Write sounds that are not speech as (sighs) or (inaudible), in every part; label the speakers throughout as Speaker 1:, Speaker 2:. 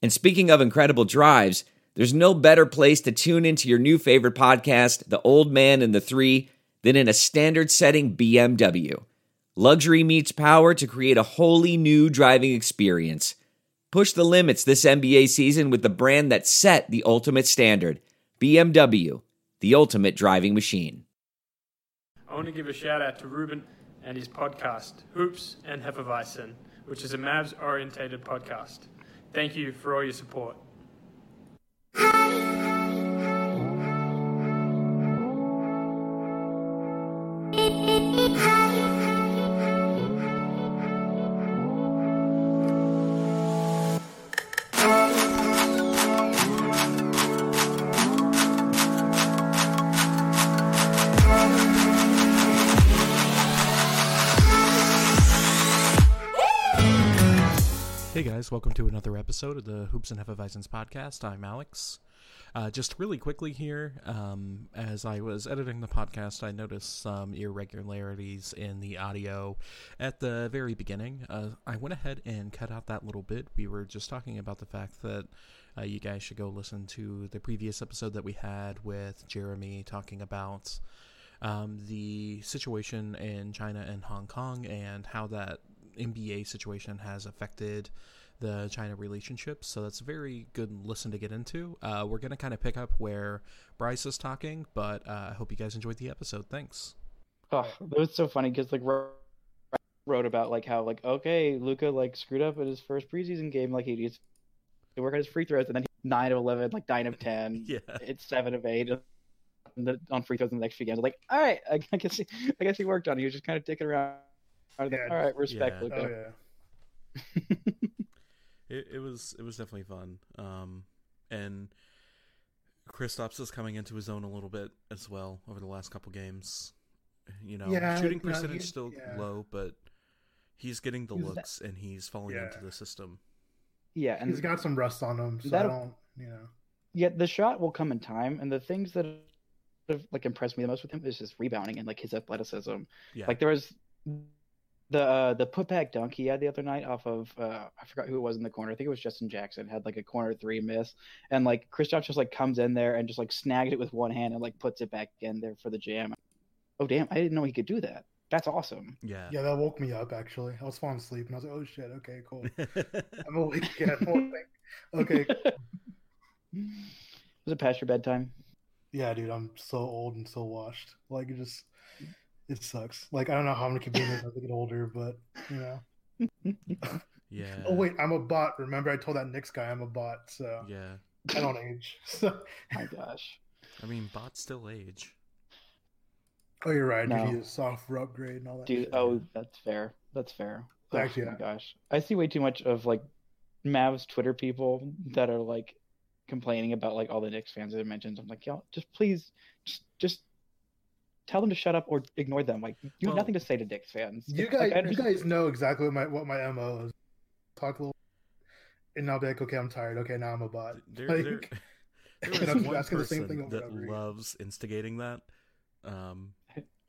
Speaker 1: And speaking of incredible drives, there's no better place to tune into your new favorite podcast, The Old Man and the Three, than in a standard setting BMW. Luxury meets power to create a wholly new driving experience. Push the limits this NBA season with the brand that set the ultimate standard BMW, the ultimate driving machine.
Speaker 2: I want to give a shout out to Ruben and his podcast, Hoops and Hefeweizen, which is a Mavs orientated podcast. Thank you for all your support.
Speaker 3: Hey guys, welcome to another episode of the Hoops and Hefeweizens podcast. I'm Alex. Uh, just really quickly here, um, as I was editing the podcast, I noticed some irregularities in the audio at the very beginning. Uh, I went ahead and cut out that little bit. We were just talking about the fact that uh, you guys should go listen to the previous episode that we had with Jeremy talking about um, the situation in China and Hong Kong and how that NBA situation has affected the China relationship. So that's a very good listen to get into. Uh, we're going to kind of pick up where Bryce is talking, but uh, I hope you guys enjoyed the episode. Thanks.
Speaker 4: Oh, that was so funny because like Ro- wrote about like how like okay Luca like screwed up at his first preseason game like he needs to work on his free throws and then he, nine of eleven like nine
Speaker 5: (laughs)
Speaker 4: of ten
Speaker 3: (laughs) Yeah.
Speaker 4: it's seven of eight on the- on free throws in the next few games like all right I, I guess he, I guess he worked on it he was just kind of dicking around all
Speaker 5: Yeah.
Speaker 4: right respect
Speaker 3: Yeah.
Speaker 4: Luca
Speaker 5: Oh yeah.
Speaker 3: It, it was it was definitely fun. Um, and Kristaps is coming into his own a little bit as well over the last couple games. You know,
Speaker 5: Yeah,
Speaker 3: shooting
Speaker 5: no, he-
Speaker 3: percentage still
Speaker 5: yeah.
Speaker 3: low, but he's getting the
Speaker 5: He's-
Speaker 3: looks and he's falling
Speaker 5: Yeah.
Speaker 3: into the system.
Speaker 4: yeah and
Speaker 5: He's got some rust on him, so I
Speaker 4: That'll-
Speaker 5: don't you know.
Speaker 4: yet the shot will come in time and the things that have like impressed me the most with him is his rebounding and like his athleticism
Speaker 3: Yeah,
Speaker 4: Like there was the uh, the putback dunk he had the other night off of uh, I forgot who it was in the corner. I think it was Justin Jackson had like a corner three miss, and like Kristoff just like comes in there and just like snags it with one hand and like puts it back in there for the jam. Oh damn! I didn't know he could do that. That's awesome.
Speaker 5: (laughs)
Speaker 3: yeah,
Speaker 5: Yeah, that woke me up actually. I was falling asleep and I was like, Oh shit, okay,
Speaker 3: (laughs)
Speaker 5: cool.
Speaker 3: yeah.
Speaker 5: I'm awake again. I'm awake.
Speaker 3: (laughs)
Speaker 5: Okay.
Speaker 4: was (laughs) it past your bedtime?
Speaker 5: Yeah, dude, I'm so old and so washed. Like it just it sucks. Like I don't know how I'm gonna keep doing this as I get older, but you know. Oh wait, I'm a bot. Remember I told that Knicks guy I'm a bot, so
Speaker 3: yeah.
Speaker 5: I don't age. (laughs) So
Speaker 4: My gosh.
Speaker 3: I mean, bots still age.
Speaker 5: Oh you're right,
Speaker 4: No.
Speaker 5: you need a software upgrade and all that.
Speaker 4: Dude,
Speaker 5: shit.
Speaker 4: oh, that's fair. That's fair. Oh,
Speaker 5: Actually,
Speaker 4: my
Speaker 5: yeah.
Speaker 4: gosh, I see way too much of like Mavs Twitter people that are like complaining about like all the Knicks fans that I mentioned. I'm like, y'all, just please, just just tell them to shut up or ignore them. Like you
Speaker 3: Well,
Speaker 4: have nothing to say to Knicks fans.
Speaker 5: You
Speaker 4: It's like,
Speaker 5: guys,
Speaker 4: I
Speaker 5: you
Speaker 4: understand-
Speaker 5: guys know exactly what my what my mo is. Talk a little, and I'll be like, okay, I'm tired. Okay, now I'm a bot.
Speaker 3: There,
Speaker 5: Like-
Speaker 3: there,
Speaker 5: (laughs)
Speaker 3: there
Speaker 5: And I'm
Speaker 3: is
Speaker 5: just
Speaker 3: one
Speaker 5: asking the same
Speaker 3: person
Speaker 5: thing over
Speaker 3: that
Speaker 5: and over again.
Speaker 3: loves instigating that. Um,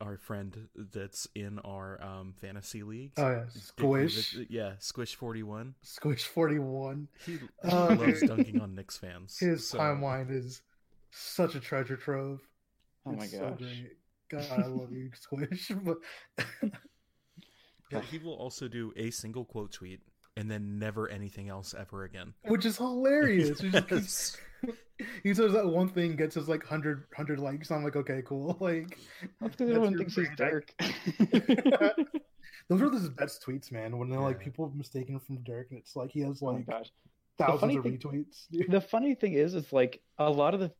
Speaker 3: our friend that's in our um, fantasy league.
Speaker 5: Oh yeah, squish,
Speaker 3: Yeah, Squish forty one.
Speaker 5: squish forty one.
Speaker 3: He, he
Speaker 5: Oh,
Speaker 3: loves
Speaker 5: dude.
Speaker 3: dunking on Knicks fans.
Speaker 5: His
Speaker 3: so-
Speaker 5: timeline is such a treasure trove.
Speaker 4: Oh my
Speaker 5: It's
Speaker 4: gosh.
Speaker 5: so great. God, I
Speaker 4: (laughs)
Speaker 5: love you, squish. (laughs) But
Speaker 3: Yeah, he will also do a single quote tweet and then never anything else ever again.
Speaker 5: which is hilarious.
Speaker 3: (laughs)
Speaker 5: He just
Speaker 3: Yes.
Speaker 5: keeps- he says that one thing gets us like 100, 100 likes. I'm like, okay, cool. (laughs) Like
Speaker 4: That's because everyone
Speaker 5: your
Speaker 4: thinks he's Oh
Speaker 5: brand.
Speaker 4: dark.
Speaker 5: (laughs)
Speaker 4: (laughs)
Speaker 5: Those are the best tweets, man. When they're like
Speaker 3: Yeah.
Speaker 5: people mistaken him from Dirk, and it's like he has
Speaker 4: oh my
Speaker 5: like
Speaker 4: gosh.
Speaker 5: thousands
Speaker 4: funny
Speaker 5: of
Speaker 4: thing-
Speaker 5: retweets.
Speaker 4: (laughs)
Speaker 5: dude.
Speaker 4: the funny thing is, is like a lot of the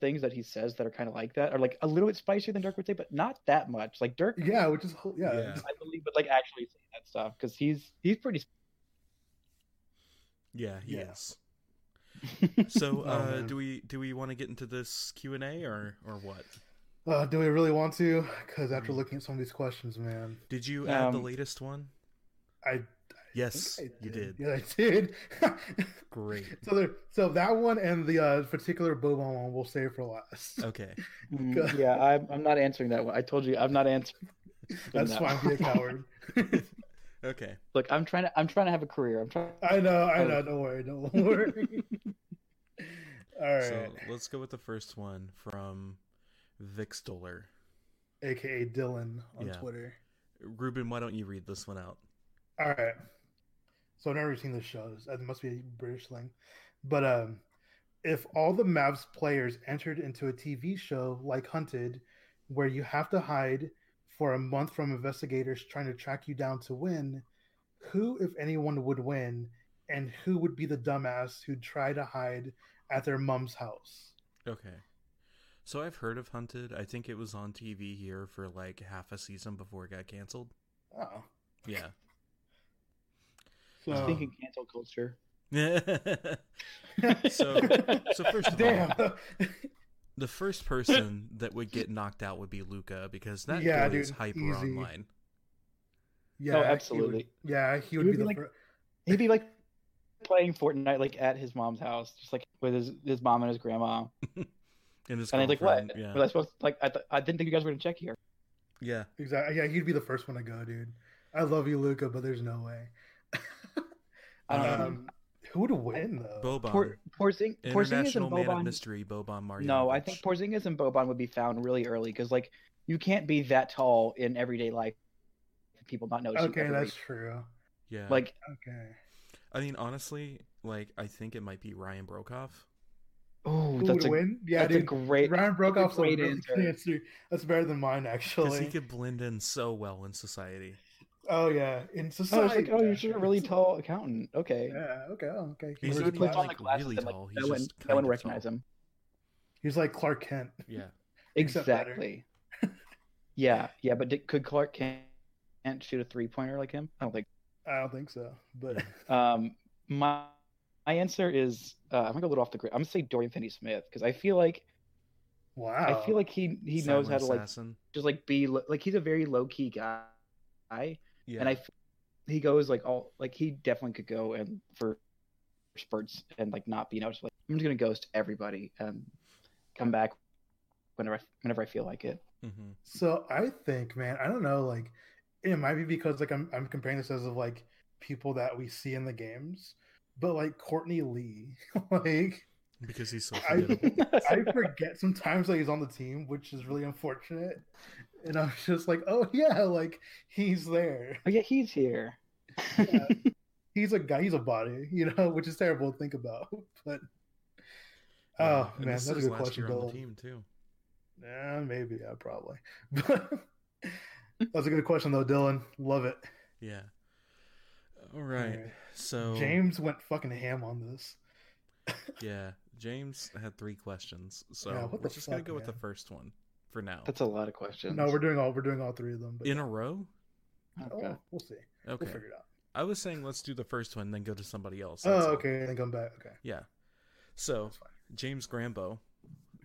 Speaker 4: things that he says that are kind of like that are like a little bit spicier than Dirk would say, but not that much. Like Dirk,
Speaker 5: Yeah, which is hol- yeah.
Speaker 3: Yeah.
Speaker 4: I believe, would like actually say that stuff because he's he's pretty.
Speaker 3: Yeah, he
Speaker 5: Yeah.
Speaker 3: is. So,
Speaker 5: Oh,
Speaker 3: uh,
Speaker 5: man.
Speaker 3: do we do we want to get into this Q and A or or what?
Speaker 5: Uh, do we really want to? Because after
Speaker 3: Mm.
Speaker 5: looking at some of these questions, man,
Speaker 3: Did you add the
Speaker 4: Um,
Speaker 3: latest one?
Speaker 5: I
Speaker 3: Yes,
Speaker 5: I
Speaker 3: you did.
Speaker 5: Yeah, I did. (laughs)
Speaker 3: Great.
Speaker 5: so there, so that one and the uh, particular Boban one we'll save for last. (laughs)
Speaker 3: Okay.
Speaker 5: God.
Speaker 4: Mm, yeah, I'm, I'm not answering that one. I told you I'm not answering.
Speaker 5: That's
Speaker 4: that
Speaker 5: fine.
Speaker 4: one.
Speaker 5: Be
Speaker 3: (laughs)
Speaker 5: a coward.
Speaker 3: Okay.
Speaker 4: Look, I'm trying to I'm trying to have a career. I'm trying.
Speaker 5: I know. I
Speaker 3: Oh.
Speaker 5: know. Don't worry.
Speaker 3: (laughs)
Speaker 5: Don't worry. (laughs) All right.
Speaker 3: So let's go with the first one from Vixdoller.
Speaker 5: AKA Dylan on
Speaker 3: Yeah.
Speaker 5: Twitter.
Speaker 3: Ruben, why don't you read this one out?
Speaker 5: All right. So I've never seen this show. It must be a British thing. But um, if all the Mavs players entered into a TV show like Hunted, where you have to hide for a month from investigators trying to track you down to win, who, if anyone, would win? And who would be the dumbass who'd try to hide at their mom's house?
Speaker 3: Okay. So I've heard of Hunted. I think it was on TV here for like half a season before it got canceled.
Speaker 5: Oh.
Speaker 3: Yeah.
Speaker 5: So,
Speaker 3: Um,
Speaker 4: thinking cancel culture.
Speaker 3: (laughs)
Speaker 4: (laughs)
Speaker 3: so so first of all,
Speaker 5: (laughs) damn.
Speaker 3: the first person that would get knocked out would be Luca because that
Speaker 5: Yeah,
Speaker 3: boy is
Speaker 5: dude,
Speaker 3: hyper
Speaker 5: easy.
Speaker 3: online.
Speaker 5: yeah,
Speaker 4: Oh,
Speaker 5: he would-
Speaker 4: absolutely.
Speaker 5: yeah, he would,
Speaker 4: would
Speaker 5: be,
Speaker 4: be
Speaker 5: the
Speaker 4: like-
Speaker 5: fir-
Speaker 4: He'd be like playing Fortnite like at his mom's house, just like with his, his mom and his grandma.
Speaker 3: And his
Speaker 4: And I'm like,
Speaker 3: girlfriend,
Speaker 4: what?
Speaker 3: Yeah.
Speaker 4: Was I supposed to- like I, th- I didn't think you guys were gonna check here.
Speaker 3: yeah.
Speaker 5: Exactly. Yeah, he'd be the first one to go, dude. I love you, Luca, but there's no way. (laughs)
Speaker 4: I don't know.
Speaker 5: Um, who would win though?
Speaker 3: Boban.
Speaker 4: Por- Porzing- Porzingis and
Speaker 3: International man of
Speaker 4: Boban.
Speaker 3: mystery, Boban Marjanovic.
Speaker 4: No, I think Porzingis and Boban would be found really early because like you can't be that tall in everyday life. and People not notice. you
Speaker 5: Okay,
Speaker 4: every
Speaker 5: that's
Speaker 4: week.
Speaker 5: true.
Speaker 3: Yeah.
Speaker 4: like
Speaker 5: Okay.
Speaker 3: I mean, honestly, like I think it might be Ryan Brokoff.
Speaker 4: oh,
Speaker 5: Who
Speaker 4: that's
Speaker 5: would
Speaker 4: a
Speaker 5: win? Yeah,
Speaker 4: that's a
Speaker 5: dude.
Speaker 4: great.
Speaker 5: Ryan broke off a
Speaker 4: great
Speaker 5: really good
Speaker 4: answer.
Speaker 5: answer. That's better than mine,
Speaker 3: Because
Speaker 5: actually.
Speaker 3: he could blend in so well in society.
Speaker 5: Oh yeah, in
Speaker 4: Oh,
Speaker 5: society.
Speaker 4: it's like, oh, you're just a
Speaker 5: actually.
Speaker 4: really tall accountant. Okay.
Speaker 5: Yeah. Okay. oh, Okay. He
Speaker 3: He's
Speaker 5: wears
Speaker 3: not even,
Speaker 5: the
Speaker 4: Puts
Speaker 5: glasses.
Speaker 4: on
Speaker 3: like,
Speaker 4: the glasses
Speaker 3: really
Speaker 4: and, like,
Speaker 3: tall, he's
Speaker 4: no one,
Speaker 3: just
Speaker 4: no
Speaker 3: kind
Speaker 4: one
Speaker 3: of
Speaker 4: recognize
Speaker 3: tall.
Speaker 4: him.
Speaker 5: He's like Clark Kent. (laughs)
Speaker 3: Yeah.
Speaker 5: Except better. (laughs)
Speaker 4: Exactly. yeah, yeah, but did, could Clark Kent Kent shoot a three pointer like him? I don't think.
Speaker 5: I don't think so,
Speaker 4: (laughs)
Speaker 5: but
Speaker 4: Um, my my answer is uh, I'm gonna go a little off the grid. I'm gonna say Dorian Finney-Smith because I feel like
Speaker 5: wow.
Speaker 4: I feel like he he knows how to like
Speaker 3: assassin.
Speaker 4: just like be lo- like he's a very low key guy,
Speaker 3: Yeah.
Speaker 4: and I f- he goes like all like he definitely could go and for spurts and like not be noticed. Like I'm just gonna ghost everybody and come back whenever I, whenever I feel like it.
Speaker 3: hmm
Speaker 5: So I think, man, I don't know, like it might be because like I'm I'm comparing this as of like people that we see in the games, but like Courtney Lee, (laughs) like
Speaker 3: Because he's so
Speaker 4: (laughs)
Speaker 5: I-
Speaker 3: forgettable.
Speaker 5: I forget sometimes that he's on the team, which is really unfortunate. And I'm just like, oh yeah, like he's there.
Speaker 4: Oh yeah, he's here.
Speaker 5: Yeah. he's a guy, he's a body, (laughs) you know, which is terrible to think about. (laughs) But
Speaker 3: Yeah,
Speaker 5: oh
Speaker 3: and
Speaker 5: man,
Speaker 3: this
Speaker 5: that's
Speaker 3: is his
Speaker 5: a good
Speaker 3: last
Speaker 5: question,
Speaker 3: year on the
Speaker 5: Dylan.
Speaker 3: team too.
Speaker 5: Yeah, maybe, yeah, probably. (laughs) But that's a good question though, Dylan. Love it.
Speaker 3: Yeah. All right.
Speaker 5: Alright.
Speaker 3: So
Speaker 5: James went fucking ham on this.
Speaker 3: Yeah, James had three questions, so
Speaker 5: Yeah, what
Speaker 3: we're
Speaker 5: the
Speaker 3: just gonna
Speaker 5: fuck,
Speaker 3: go with the
Speaker 5: man?
Speaker 3: first one for now.
Speaker 4: (laughs) That's a lot of questions.
Speaker 5: No, we're doing all we're doing all three of them. But
Speaker 3: In a row.
Speaker 4: Okay.
Speaker 5: oh, we'll see.
Speaker 3: Okay.
Speaker 5: We'll figure it out.
Speaker 3: I was saying let's do the first one, then go to somebody else. that's
Speaker 5: oh,
Speaker 3: all.
Speaker 5: okay. Then come back. Okay,
Speaker 3: Yeah. So
Speaker 5: that's fine.
Speaker 3: James Grambo,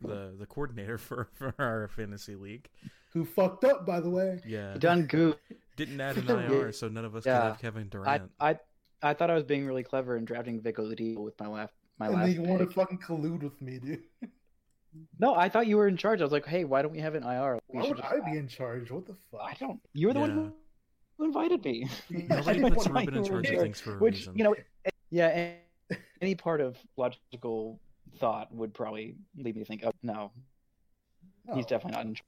Speaker 3: the the coordinator (laughs) for, for our fantasy league.
Speaker 5: Who fucked up, by the way?
Speaker 3: Yeah.
Speaker 4: You done goof.
Speaker 3: Didn't add an
Speaker 4: Yeah.
Speaker 3: IR, so none of us could
Speaker 4: Yeah.
Speaker 3: have Kevin
Speaker 4: I,
Speaker 3: Durant.
Speaker 4: I I thought I was being really clever in drafting Vic Oladipo with my last my
Speaker 5: and then
Speaker 4: last.
Speaker 5: you want to
Speaker 4: pick.
Speaker 5: fucking collude with me, dude?
Speaker 4: No, I thought you were in charge. I was like, hey, why don't we have an IR? We
Speaker 5: Why
Speaker 4: should
Speaker 5: would
Speaker 4: just-
Speaker 5: I be in charge? What the fuck?
Speaker 4: I don't. You were the one
Speaker 3: Yeah.
Speaker 4: who, who invited me.
Speaker 3: Nobody
Speaker 4: I
Speaker 3: puts
Speaker 4: don't know
Speaker 3: Ruben in
Speaker 4: why you were
Speaker 3: charge of
Speaker 4: here.
Speaker 3: things for a
Speaker 4: Which
Speaker 3: reason.
Speaker 4: you know, yeah, and any part of logical thought would probably lead me to think, oh no, he's
Speaker 5: No.
Speaker 4: definitely not in charge.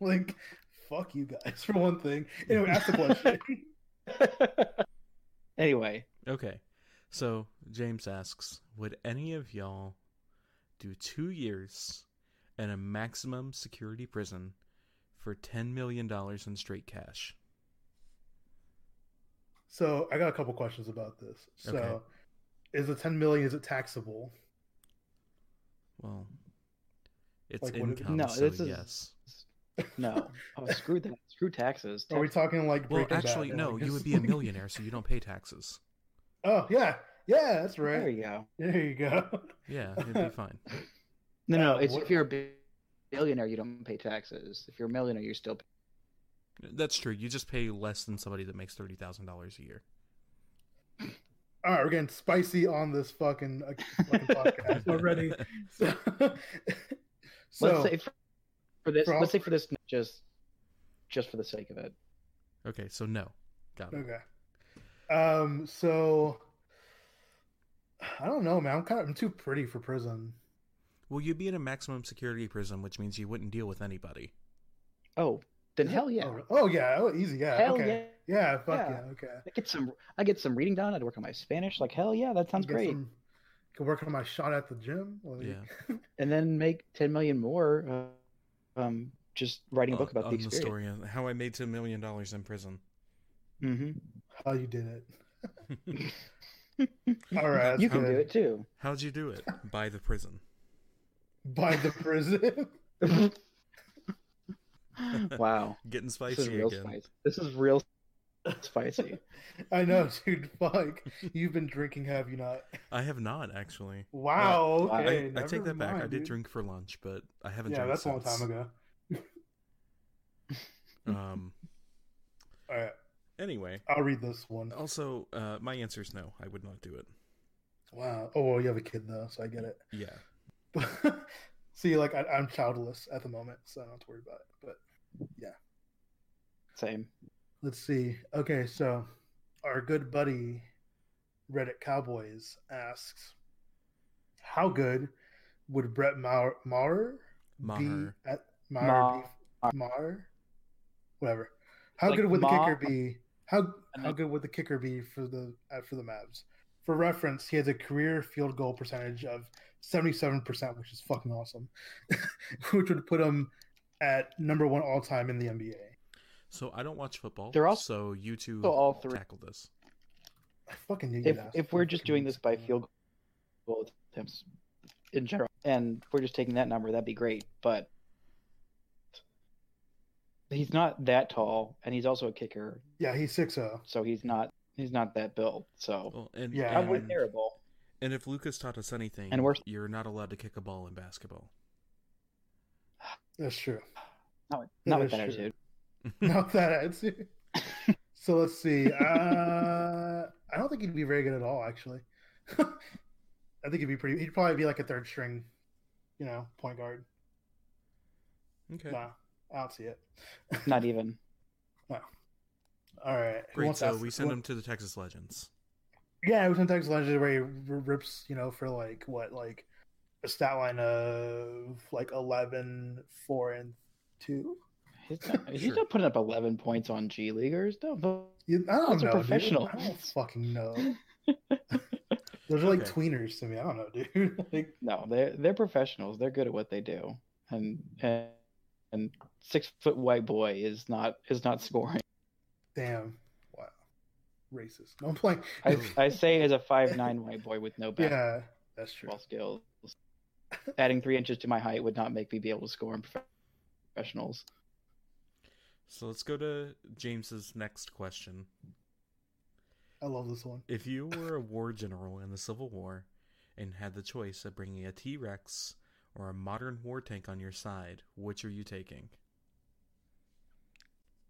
Speaker 5: Oh, like, fuck you guys (laughs) for one thing. Anyway, ask the
Speaker 4: (laughs)
Speaker 5: question.
Speaker 4: anyway,
Speaker 3: Okay. So James asks, would any of y'all do two years in a maximum security prison for ten million dollars in straight cash?
Speaker 5: so I got a couple questions about this. So,
Speaker 3: Okay.
Speaker 5: is the ten million is it taxable?
Speaker 3: Well, it's
Speaker 5: Like, what if-
Speaker 3: income,
Speaker 4: No,
Speaker 3: so
Speaker 4: this is-
Speaker 3: yes.
Speaker 4: no,
Speaker 5: (laughs)
Speaker 4: oh screw that, screw taxes.
Speaker 5: Are we
Speaker 4: Tax-
Speaker 5: talking like
Speaker 3: Well,
Speaker 5: Breaking Bad
Speaker 3: actually,
Speaker 5: and,
Speaker 3: no.
Speaker 5: like,
Speaker 3: You
Speaker 5: just-
Speaker 3: would be a millionaire, so you don't pay taxes.
Speaker 5: (laughs) Oh yeah, Yeah, that's right.
Speaker 4: There you go.
Speaker 5: There you go. (laughs)
Speaker 3: Yeah, it'd
Speaker 4: (laughs)
Speaker 3: be fine.
Speaker 4: No, no,
Speaker 5: Uh,
Speaker 4: it's
Speaker 5: what-
Speaker 4: if you're a bi- billionaire, you don't pay taxes. If you're a millionaire, you still (laughs) pay.
Speaker 3: That's true. You just pay less than somebody that makes thirty thousand dollars a year.
Speaker 5: All right, we're getting spicy on this fucking, uh, fucking
Speaker 4: (laughs)
Speaker 5: podcast already. So,
Speaker 4: Let's
Speaker 5: so
Speaker 4: say for, for this,
Speaker 5: for all-
Speaker 4: let's say for this, just just for the sake of it.
Speaker 3: (laughs) Okay, so no, got it.
Speaker 5: okay. Um, so I don't know, man. I'm kind of I'm too pretty for prison.
Speaker 3: Well, you'd be in a maximum security prison, which means you wouldn't deal with anybody.
Speaker 4: Oh, then
Speaker 5: Is it?
Speaker 4: hell yeah,
Speaker 5: Oh, oh, yeah. Oh, easy. Yeah.
Speaker 4: hell
Speaker 5: okay.
Speaker 4: yeah.
Speaker 5: yeah. Fuck yeah.
Speaker 4: Yeah.
Speaker 5: Okay.
Speaker 4: I get some. I get some reading done. I'd work on my Spanish. Like hell yeah, that sounds
Speaker 5: Get
Speaker 4: great.
Speaker 5: some- Can work on my shot at the gym. Like,
Speaker 3: Yeah.
Speaker 4: And then make ten million more. Uh, um, just writing a book
Speaker 3: Uh,
Speaker 4: about
Speaker 3: on
Speaker 4: the experience.
Speaker 3: story of how I made two million dollars in prison.
Speaker 4: Mm-hmm.
Speaker 5: How you did
Speaker 4: (laughs)
Speaker 5: it. All right. that's
Speaker 4: You can
Speaker 5: good.
Speaker 4: do it too.
Speaker 3: How'd you do
Speaker 5: (laughs)
Speaker 3: it? By the prison.
Speaker 5: By the prison. (laughs)
Speaker 4: wow,
Speaker 3: Getting
Speaker 4: this is
Speaker 3: (laughs) spicy
Speaker 4: real
Speaker 3: again.
Speaker 4: spicy. This is real spicy.
Speaker 5: I know, dude. Fuck. You've been drinking, have you not?
Speaker 3: I have not actually.
Speaker 5: Wow.
Speaker 4: I-
Speaker 5: okay.
Speaker 3: I, I take
Speaker 5: never
Speaker 3: that back. I
Speaker 5: mind,
Speaker 3: did
Speaker 5: dude.
Speaker 3: drink for lunch, but I haven't.
Speaker 5: Yeah,
Speaker 3: drank
Speaker 5: that's a long
Speaker 3: since.
Speaker 5: time ago.
Speaker 3: Um.
Speaker 5: All right.
Speaker 3: Anyway,
Speaker 5: I'll read this one.
Speaker 3: also, uh, my answer is no. I would not do it.
Speaker 5: Wow. Oh, well, you have a kid, though, so I get it.
Speaker 3: Yeah.
Speaker 5: (laughs) See, like, I, I'm childless at the moment, so I don't have to worry about it. But
Speaker 4: Same.
Speaker 5: Let's see. Okay, so our good buddy Reddit Cowboys asks, "How good would Brett Mauer, Maurer
Speaker 3: Maher.
Speaker 5: be at Maurer, be, Maurer? whatever? How
Speaker 4: Like
Speaker 5: good would
Speaker 4: Ma-
Speaker 5: the kicker be? How
Speaker 4: And
Speaker 5: how
Speaker 4: then-
Speaker 5: good would the kicker be for the uh, for the Mavs? For reference, he has a career field goal percentage of seventy seven percent, which is fucking awesome, (laughs) which would put him at number one all time in the NBA.
Speaker 3: So I don't watch football.
Speaker 4: They're also-
Speaker 3: so you two
Speaker 4: So all three.
Speaker 3: tackle this.
Speaker 5: I fucking knew
Speaker 4: If
Speaker 5: you'd ask
Speaker 4: if
Speaker 5: for
Speaker 4: we're just doing this by
Speaker 5: convincing.
Speaker 4: field goal attempts in general, and we're just taking that number, that'd be great. But he's not that tall, and he's also a kicker,
Speaker 5: Yeah, he's six oh. zero.
Speaker 4: so he's not he's not that built. So
Speaker 3: Well, and
Speaker 5: Yeah,
Speaker 4: I
Speaker 5: Probably
Speaker 4: was
Speaker 3: and,
Speaker 4: terrible.
Speaker 3: and if Lucas taught us anything,
Speaker 4: And we're-
Speaker 3: you're not allowed to kick a ball in basketball.
Speaker 5: That's true.
Speaker 4: Not with, not
Speaker 5: Yeah,
Speaker 4: with that
Speaker 5: sure.
Speaker 4: attitude.
Speaker 5: (laughs) Not that answer. so let's see. Uh, I don't think he'd be very good at all, actually. (laughs) I think he'd be pretty. He'd probably be like a third string, you know, point guard.
Speaker 3: Okay.
Speaker 5: Nah, I don't see it.
Speaker 4: Not even.
Speaker 5: All right. who
Speaker 3: Great.
Speaker 5: wants to
Speaker 3: So
Speaker 5: ask-
Speaker 3: we send
Speaker 5: who-
Speaker 3: him to the Texas Legends.
Speaker 5: Yeah, we send Texas Legend where he r- rips, you know, for like what, like a stat line of like 11, 4, and two.
Speaker 4: He's not, he's
Speaker 3: Sure.
Speaker 4: not putting up 11 points on G leaguers. Don't vote.
Speaker 5: You, I don't
Speaker 4: Those
Speaker 5: know.
Speaker 4: are
Speaker 5: dude.
Speaker 4: professional.
Speaker 5: I don't fucking
Speaker 4: (laughs)
Speaker 5: know. Those are like
Speaker 3: Okay.
Speaker 5: tweeners to me. I don't know, dude. (laughs) like,
Speaker 4: No, they're they're professionals. They're good at what they do, and and, and six foot white boy is not is not scoring.
Speaker 5: Damn. Wow. Racist. No, I'm playing. (laughs)
Speaker 3: (laughs)
Speaker 4: I, I say as a five nine white boy with no basketball
Speaker 5: yeah, that's true.
Speaker 4: skills, adding three inches to my height would not make me be able to score in prof- professionals.
Speaker 3: So let's go to James's next question.
Speaker 5: I love this one.
Speaker 3: If you were a war general in the Civil War and had the choice of bringing a T Rex or a modern war tank on your side, which are you taking?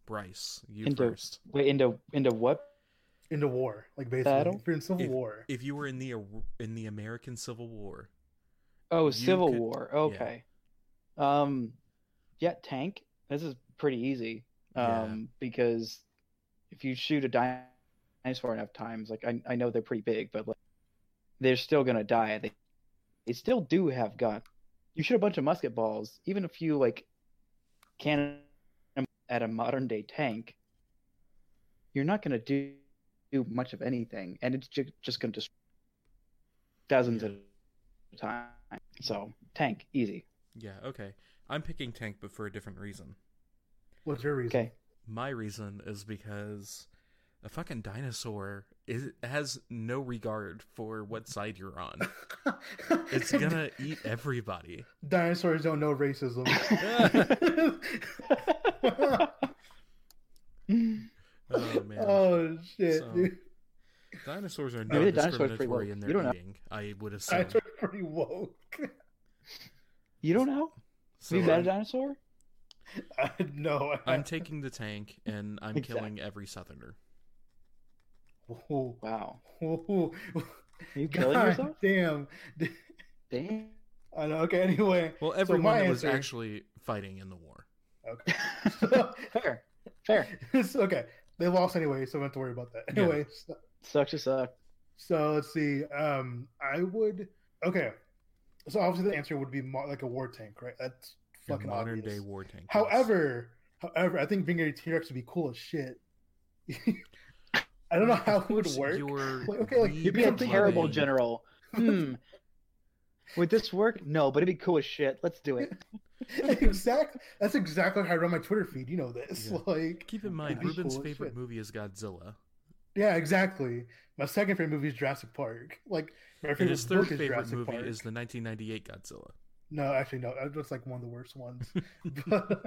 Speaker 3: Bryce, you
Speaker 4: Into-
Speaker 3: first.
Speaker 4: Wait into into what?
Speaker 5: Into war, like basically,
Speaker 4: Battle?
Speaker 5: if you're in civil war.
Speaker 3: If you were in the in the American Civil War,
Speaker 4: Oh,
Speaker 3: You
Speaker 4: Civil
Speaker 3: could-
Speaker 4: War.
Speaker 3: yeah.
Speaker 4: Okay. Um, yeah, tank. This is pretty easy.
Speaker 3: Yeah.
Speaker 4: Um, because if you shoot a di- dinosaur enough times, like I, I know they're pretty big, but like they're still gonna die. They, they still do have gun. You shoot a bunch of musket balls, even a few like cannon at a modern day tank. You're not gonna do do much of anything, and it's just just gonna destroy dozens at a time. So tank, easy. (laughs)
Speaker 3: yeah, okay. I'm picking tank, but for a different reason.
Speaker 5: What's your reason? (laughs)
Speaker 4: Okay.
Speaker 3: My reason is because a fucking dinosaur is, has no regard for what side you're on.
Speaker 5: (laughs)
Speaker 3: It's gonna eat everybody.
Speaker 5: Dinosaurs don't know racism. (laughs)
Speaker 3: Oh man.
Speaker 5: oh shit,
Speaker 3: So-
Speaker 5: Oh. dude.
Speaker 3: Dinosaurs are
Speaker 4: Maybe
Speaker 3: no
Speaker 4: the dinosaurs are pretty
Speaker 3: discriminatory
Speaker 4: woke.
Speaker 3: in
Speaker 4: You don't
Speaker 3: their
Speaker 4: know.
Speaker 3: eating. I would assume.
Speaker 5: Dinosaurs are pretty woke. (laughs)
Speaker 4: You don't know?
Speaker 3: So
Speaker 4: you met a
Speaker 3: I'm,
Speaker 4: dinosaur?
Speaker 5: I, no, I,
Speaker 3: I'm taking the tank and I'm
Speaker 4: Exactly.
Speaker 3: killing every southerner.
Speaker 5: (laughs) Whoa,
Speaker 4: Wow.
Speaker 5: whoa,
Speaker 4: you killing
Speaker 5: God
Speaker 4: yourself?
Speaker 5: damn.
Speaker 4: Damn.
Speaker 5: I know. Okay. Anyway. (laughs)
Speaker 3: Well, everyone
Speaker 5: my
Speaker 3: that was
Speaker 5: answer-
Speaker 3: actually fighting in the war.
Speaker 5: Okay.
Speaker 4: (laughs) Fair. Fair.
Speaker 5: It's okay. They lost anyway, so I don't have to worry about that.
Speaker 3: Yeah.
Speaker 5: Anyway, so,
Speaker 4: Sucks to suck.
Speaker 5: so let's see. Um, I would. Okay. So obviously the answer would be mo- like a war tank, right? That's
Speaker 3: Your
Speaker 5: fucking
Speaker 3: modern
Speaker 5: obvious.
Speaker 3: day war tank. yes.
Speaker 5: However, however, I think being a T Rex would be cool as shit. (laughs) I don't know
Speaker 3: Of
Speaker 5: how
Speaker 3: (laughs)
Speaker 5: it would
Speaker 3: course,
Speaker 5: work.
Speaker 3: Your
Speaker 5: (laughs) Like, okay, like,
Speaker 3: lead
Speaker 5: you'd
Speaker 4: You'd be a
Speaker 5: Bloody-
Speaker 4: terrible
Speaker 3: blooding-
Speaker 4: general.
Speaker 5: (laughs)
Speaker 4: Hmm. Would this work? No, but it'd be cool as shit. Let's do it.
Speaker 5: exactly. That's exactly how I run my Twitter feed. You know this.
Speaker 3: Yeah.
Speaker 5: (laughs) Like,
Speaker 3: Keep in mind,
Speaker 5: It'd be
Speaker 3: Ruben's
Speaker 5: cool as
Speaker 3: favorite
Speaker 5: shit.
Speaker 3: movie is Godzilla.
Speaker 5: yeah, exactly. My second favorite movie is Jurassic Park. Like, my
Speaker 3: And
Speaker 5: favorite
Speaker 3: his third
Speaker 5: book is
Speaker 3: favorite
Speaker 5: Jurassic
Speaker 3: movie
Speaker 5: Park.
Speaker 3: is the 1998 Godzilla.
Speaker 5: No, actually, no. That's like one of the worst
Speaker 4: (laughs)
Speaker 5: ones. (laughs) but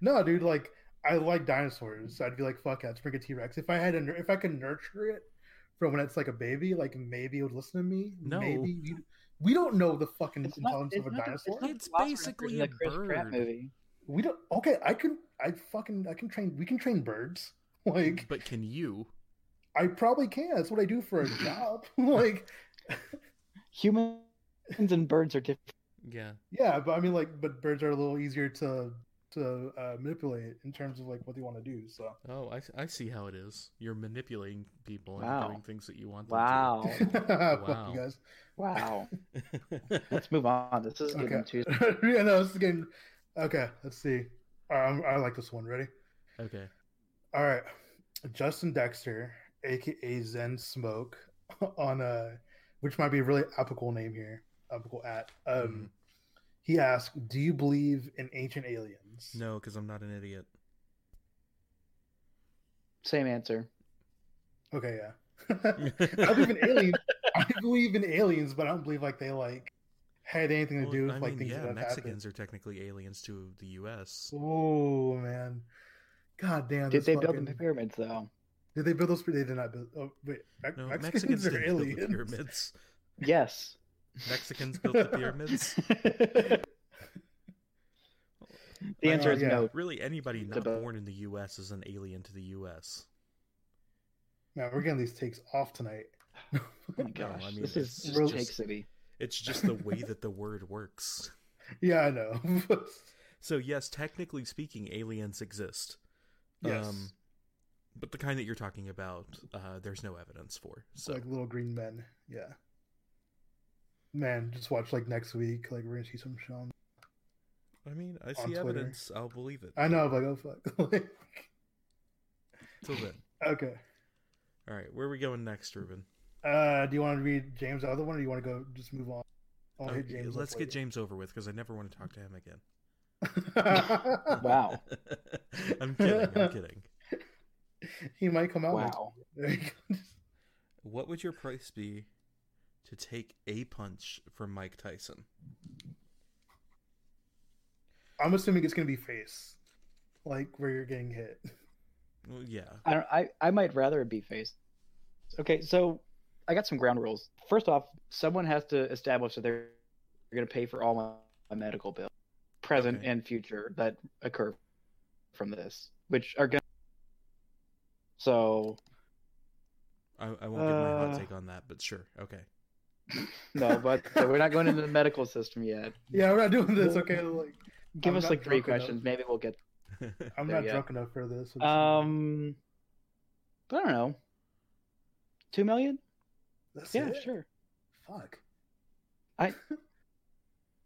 Speaker 5: no, dude, like I like dinosaurs. I'd be like, fuck it, let's bring a T Rex. If I had a, nur- if I could nurture it from when it's like a baby, like maybe it would listen to me.
Speaker 3: No.
Speaker 5: maybe we, we don't know the fucking
Speaker 4: It's not-
Speaker 5: intelligence
Speaker 4: it's
Speaker 5: of a
Speaker 4: not-
Speaker 5: dinosaur.
Speaker 4: not
Speaker 3: It's
Speaker 4: Velociraptor in
Speaker 3: basically
Speaker 4: the
Speaker 3: a
Speaker 4: Chris Pratt
Speaker 3: bird.
Speaker 4: movie.
Speaker 5: We don't. Okay, I can. I fucking. I can train. We can train birds. (laughs) Like
Speaker 3: But can you?
Speaker 5: I probably can. That's what I do
Speaker 4: (laughs)
Speaker 5: for a job. (laughs) like
Speaker 4: Humans and birds are different.
Speaker 3: Yeah.
Speaker 5: yeah, but I mean, like, but birds are a little easier to to uh, manipulate in terms of like what they want to do. So.
Speaker 3: Oh, I, I see how it is. You're manipulating people
Speaker 4: Wow.
Speaker 3: and doing things that you want them
Speaker 4: Wow.
Speaker 5: (laughs) Fuck
Speaker 3: Wow.
Speaker 5: you guys.
Speaker 4: Wow.
Speaker 3: to.
Speaker 4: (laughs) Let's move on. This is getting
Speaker 5: Okay.
Speaker 4: too.
Speaker 5: (laughs) yeah, no, this is getting. Okay, let's see. Um, I like this one. Ready?
Speaker 3: (laughs) okay.
Speaker 5: All right. Justin Dexter, aka Zen Smoke, (laughs) on a, which might be a really applicable name here. Applicable at. Um,
Speaker 3: Mhm.
Speaker 5: he asked, "Do you believe in ancient aliens?"
Speaker 3: No, because I'm not an idiot.
Speaker 4: Same answer.
Speaker 5: Okay, yeah.
Speaker 3: (laughs)
Speaker 5: (laughs) I believe in aliens. I believe in aliens, but I don't believe like they like had anything to
Speaker 3: (laughs) Well,
Speaker 5: do with
Speaker 3: I
Speaker 5: like
Speaker 3: mean,
Speaker 5: things
Speaker 3: yeah,
Speaker 5: that have happened.
Speaker 3: Mexicans are technically aliens to the U.S.
Speaker 5: Oh man, god damn!
Speaker 4: Did
Speaker 5: this
Speaker 4: they build
Speaker 5: fucking-
Speaker 4: the pyramids though?
Speaker 5: Did they build those? They did not build. Oh wait, Me-
Speaker 3: No,
Speaker 5: Mexicans,
Speaker 3: Mexicans
Speaker 5: are
Speaker 3: didn't build the
Speaker 5: aliens. (laughs)
Speaker 3: pyramids.
Speaker 4: Yes.
Speaker 3: Mexicans built the
Speaker 4: (laughs)
Speaker 3: pyramids.
Speaker 4: the answer
Speaker 5: Uh,
Speaker 4: is
Speaker 5: yeah.
Speaker 4: no.
Speaker 3: Really, anybody
Speaker 4: The
Speaker 3: not
Speaker 4: bo-
Speaker 3: born in the U.S. is an alien to the U.S.
Speaker 5: Man, we're getting these takes off tonight. (laughs)
Speaker 4: Oh
Speaker 3: (laughs)
Speaker 4: my gosh,
Speaker 3: I mean,
Speaker 4: this
Speaker 3: it's
Speaker 4: is
Speaker 3: just-
Speaker 4: real
Speaker 3: just-
Speaker 4: Take City.
Speaker 3: It's just the way that the word works.
Speaker 5: yeah, I know. (laughs)
Speaker 3: So yes, technically speaking, aliens exist.
Speaker 5: yes,
Speaker 3: Um, but the kind that you're talking about, uh, there's no evidence for.
Speaker 5: It's
Speaker 3: So
Speaker 5: like little green men. Yeah. Man, just watch like next week. Like we're gonna see some show. on-
Speaker 3: I mean, I
Speaker 5: On
Speaker 3: see
Speaker 5: Twitter.
Speaker 3: evidence. I'll believe it.
Speaker 5: I know. I'm like, oh fuck. (laughs) Like,
Speaker 3: Till then.
Speaker 5: okay.
Speaker 3: All right, where are we going next, Ruben?
Speaker 5: Uh, do you want to read James' other one, or you want to go just move on? (laughs) I'll
Speaker 3: Oh,
Speaker 5: hit James. up
Speaker 3: let's get
Speaker 5: later.
Speaker 3: James over with because I never want to talk to him again.
Speaker 4: (laughs) (laughs) Wow.
Speaker 3: (laughs) I'm kidding.
Speaker 5: (laughs)
Speaker 3: I'm kidding.
Speaker 5: (laughs) he might
Speaker 3: Oh
Speaker 5: come out.
Speaker 4: Wow.
Speaker 5: next week.
Speaker 3: What would your price be to take a punch from Mike Tyson?
Speaker 5: I'm assuming it's gonna be face, like where you're getting hit. (laughs)
Speaker 3: Well, yeah.
Speaker 4: I don't. I, I might rather it be face. Okay, so I got some ground rules. First off, someone has to establish that they're, they're going to pay for all my, my medical bills, present
Speaker 3: Okay.
Speaker 4: and future, that occur from this, which are going. to So
Speaker 3: I, I won't give my hot
Speaker 4: Uh,
Speaker 3: take on that, but sure. Okay. (laughs)
Speaker 4: no, but we're not going into the medical system yet.
Speaker 5: Yeah, we're not doing this. Okay, like
Speaker 4: Give
Speaker 5: I'm
Speaker 4: us
Speaker 5: not
Speaker 4: like three
Speaker 5: drunk enough.
Speaker 4: questions, maybe we'll get.
Speaker 5: I'm
Speaker 4: There
Speaker 5: not
Speaker 4: you
Speaker 5: drunk enough for this. so just-
Speaker 4: Um, I don't know. Two million?
Speaker 5: That's
Speaker 4: Yeah,
Speaker 5: it?
Speaker 4: sure.
Speaker 5: Fuck.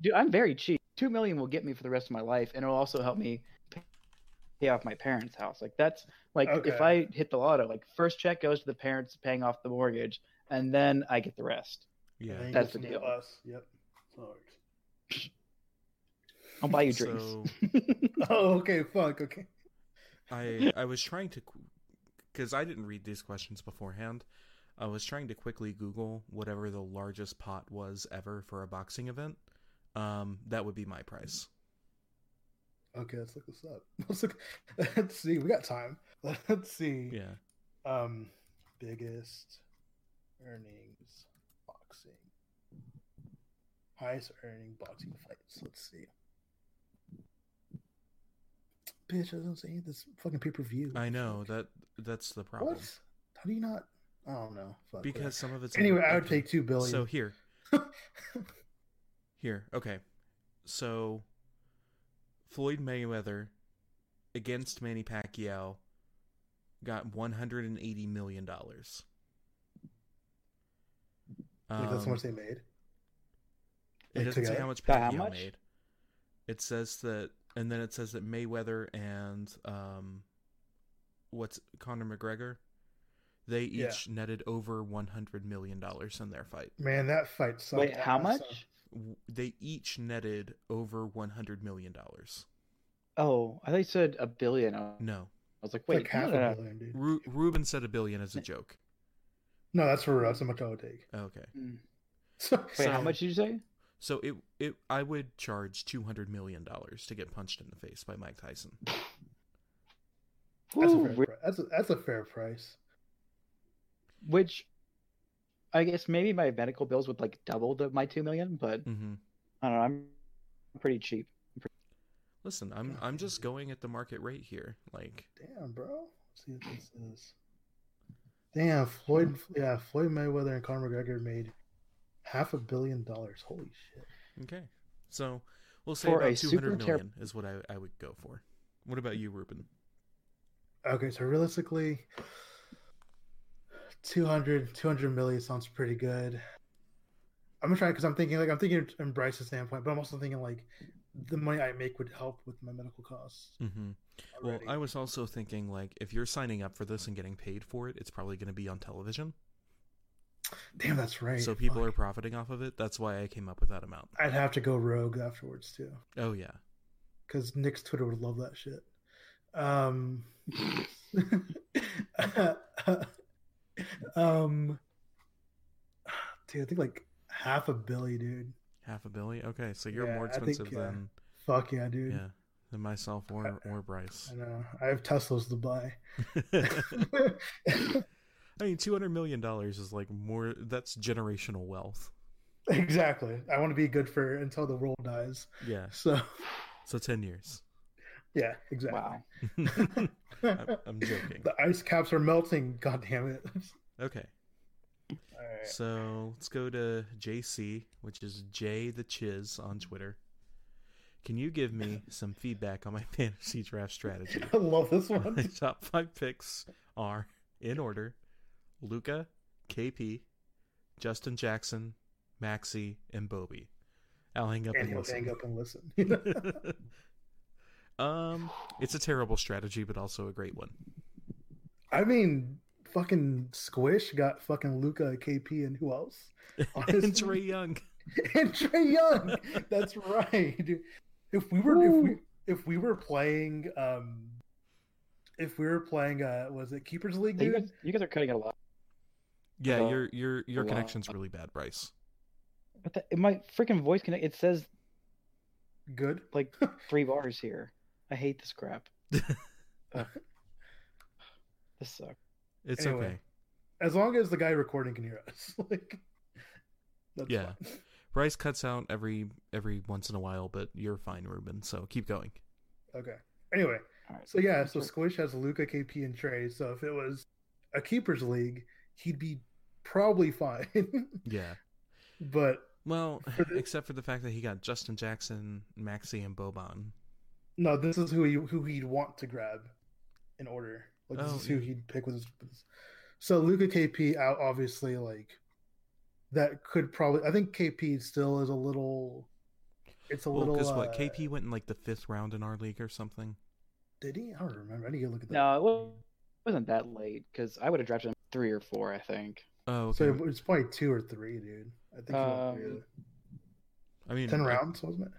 Speaker 4: Dude, I'm very cheap. Two million will get me for the rest of my life, and it'll also help me pay- pay off my parents' house. Like that's like if
Speaker 5: Okay.
Speaker 4: I hit the lotto, like first check goes to the parents paying off the mortgage, and then I get the rest.
Speaker 3: yeah.
Speaker 5: And then you
Speaker 4: That's
Speaker 5: get
Speaker 4: the
Speaker 5: some
Speaker 4: deal.
Speaker 5: Us. Yep. Sorry.
Speaker 4: I'll buy you drinks.
Speaker 3: (laughs) So
Speaker 5: (laughs) Oh, okay. Fuck. Okay.
Speaker 3: I I was trying to because I didn't read these questions beforehand. I was trying to quickly Google whatever the largest pot was ever for a boxing event. Um, that would be my price.
Speaker 5: Okay. Let's look this up. (laughs) Let's look. (laughs) Let's see. We got time. Let's see.
Speaker 3: Yeah.
Speaker 5: Um, biggest earnings boxing. Highest earning boxing fights. Let's see. Bitch, I don't see this fucking pay per view.
Speaker 3: I know that that's the problem
Speaker 5: What? How do you not? I don't know. Fuck
Speaker 3: because
Speaker 5: whatever.
Speaker 3: some of it's
Speaker 5: anyway, I would
Speaker 3: unedited.
Speaker 5: take two billion.
Speaker 3: So here, here, okay. So Floyd Mayweather against Manny Pacquiao got 180 million dollars.
Speaker 5: Like, that's how much they made.
Speaker 3: It
Speaker 5: Like,
Speaker 3: Um, doesn't say
Speaker 5: together?
Speaker 3: how much
Speaker 4: By how
Speaker 3: Pacquiao
Speaker 4: much?
Speaker 3: made. It says that, and then it says that Mayweather and um, what's Conor McGregor, they
Speaker 5: Yeah.
Speaker 3: each netted over one hundred million dollars in their fight.
Speaker 5: Man, that fight sucked.
Speaker 4: Wait, how
Speaker 5: ass.
Speaker 4: much?
Speaker 3: W- They each netted over one hundred million dollars.
Speaker 4: Oh, I thought you said a billion. I
Speaker 3: No,
Speaker 4: was like,
Speaker 5: It's
Speaker 4: wait,
Speaker 5: like
Speaker 4: no,
Speaker 5: half
Speaker 4: no,
Speaker 5: a
Speaker 4: no.
Speaker 5: billion, dude.
Speaker 3: Ru- Ruben said a billion as a joke.
Speaker 5: No, that's for real. That's how much I would take. (laughs)
Speaker 3: Okay,
Speaker 4: Mm.
Speaker 5: So,
Speaker 4: Wait, how
Speaker 3: So-
Speaker 4: much did you say?
Speaker 3: so it it I would charge two hundred million dollars to get punched in the face by Mike Tyson.
Speaker 5: that's, a
Speaker 4: Ooh,
Speaker 5: fair
Speaker 4: whi-
Speaker 5: pri- that's, a, that's a fair price.
Speaker 4: which I guess maybe my medical bills would like double the my two million, but
Speaker 3: hmm
Speaker 4: I don't know. I'm pretty cheap.
Speaker 3: Listen, I'm
Speaker 5: God
Speaker 3: I'm
Speaker 5: damn,
Speaker 3: just
Speaker 5: dude.
Speaker 3: going at the market rate here. Like,
Speaker 5: Damn, bro. Let's see what this is. Damn, Floyd. Yeah, Floyd Mayweather and Conor McGregor made half a billion dollars. Holy shit.
Speaker 3: Okay. So we'll say
Speaker 4: For a
Speaker 3: about two
Speaker 4: super
Speaker 3: hundred million
Speaker 4: ter-
Speaker 3: is what I, I would go for. What about you, Ruben?
Speaker 5: Okay, so realistically, 200, 200 million sounds pretty good. I'm gonna try because I'm thinking like I'm thinking in Bryce's standpoint, but I'm also thinking like the money I make would help with my medical costs.
Speaker 3: Mm-hmm. Well,
Speaker 5: Already.
Speaker 3: I was also thinking like if you're signing up for this and getting paid for it, it's probably going to be on television,
Speaker 5: Damn, that's right.
Speaker 3: so people are
Speaker 5: Fuck.
Speaker 3: profiting off of it. That's why I came up with that amount.
Speaker 5: I'd have to go rogue afterwards too,
Speaker 3: Oh yeah.
Speaker 5: because Nick's Twitter would love that shit. Um, (laughs) um, dude, I think like half a billy, dude.
Speaker 3: Half a billion. Okay, so you're
Speaker 5: Yeah,
Speaker 3: more
Speaker 5: I think,
Speaker 3: expensive
Speaker 5: uh,
Speaker 3: than
Speaker 5: Fuck yeah, dude.
Speaker 3: yeah than myself or or Bryce. (laughs)
Speaker 5: I know. I have Teslas to buy. (laughs)
Speaker 3: I mean, two hundred million dollars is like more. That's generational wealth.
Speaker 5: exactly. I want to be good for until the world dies.
Speaker 3: Yeah.
Speaker 5: So
Speaker 3: So ten years. (laughs)
Speaker 5: yeah, exactly.
Speaker 4: Wow.
Speaker 3: I'm, I'm joking.
Speaker 5: The ice caps are melting. God damn it.
Speaker 3: Okay.
Speaker 5: All right.
Speaker 3: So let's go to JC, which is J the Chiz on Twitter. Can you give me some feedback on my (laughs) fantasy draft strategy?
Speaker 5: (laughs) I love
Speaker 3: (laughs)
Speaker 5: this
Speaker 3: my
Speaker 5: one.
Speaker 3: top five picks are, in order, Luca, KP, Justin Jackson, Maxi, and Bobby. I'll hang up
Speaker 5: and
Speaker 3: and,
Speaker 5: he'll hang
Speaker 3: listen.
Speaker 5: up and listen. (laughs)
Speaker 3: (laughs) um, it's a terrible strategy, but also a great one.
Speaker 5: I mean, fucking Squish got fucking Luca, KP, and who else?
Speaker 3: (laughs) and
Speaker 5: Honestly.
Speaker 3: Trey Young.
Speaker 5: (laughs) and Trey Young. That's right. If we were if we if we were playing um if we were playing uh was it Keepers League
Speaker 4: You
Speaker 5: dude?
Speaker 4: guys, you guys are cutting it a lot.
Speaker 3: Yeah,
Speaker 4: Well,
Speaker 3: your your your
Speaker 4: well,
Speaker 5: uh,
Speaker 3: connection's really bad, Bryce.
Speaker 4: But the, my freaking voice connect. It says
Speaker 5: Good. (laughs)
Speaker 4: like three bars here. I hate this crap. (sighs) This sucks.
Speaker 3: It's
Speaker 5: Anyway.
Speaker 3: okay.
Speaker 5: As long as the guy recording can hear us. (laughs) Like that's
Speaker 3: Yeah.
Speaker 5: fine. (laughs)
Speaker 3: Bryce cuts out every every once in a while, but you're fine, Ruben. So keep going.
Speaker 5: Okay. Anyway,
Speaker 4: All right.
Speaker 5: so yeah, so Squish has Luca KP and Trey, so if it was a keepers league, he'd be probably fine. (laughs)
Speaker 3: Yeah.
Speaker 5: but
Speaker 3: Well,
Speaker 5: For the-
Speaker 3: except for the fact that he got Justin Jackson, Maxi, and Boban.
Speaker 5: no, this is who he who he'd want to grab in order. Like this
Speaker 3: Oh,
Speaker 5: is who
Speaker 3: yeah.
Speaker 5: he'd pick with his So Luca KP out obviously like that could probably I think KP still is a little it's a
Speaker 3: Well,
Speaker 5: little
Speaker 3: because what
Speaker 5: uh,
Speaker 3: KP went in like the fifth round in our league or something.
Speaker 5: Did he? I don't remember. I need to go look at that.
Speaker 4: No, it wa- wasn't that late because I would have drafted him three or four, I think.
Speaker 3: Oh, okay.
Speaker 5: So it was probably two or three, dude. I think he went
Speaker 4: Um,
Speaker 5: through
Speaker 3: I mean,
Speaker 5: ten
Speaker 3: I-
Speaker 5: rounds, wasn't it?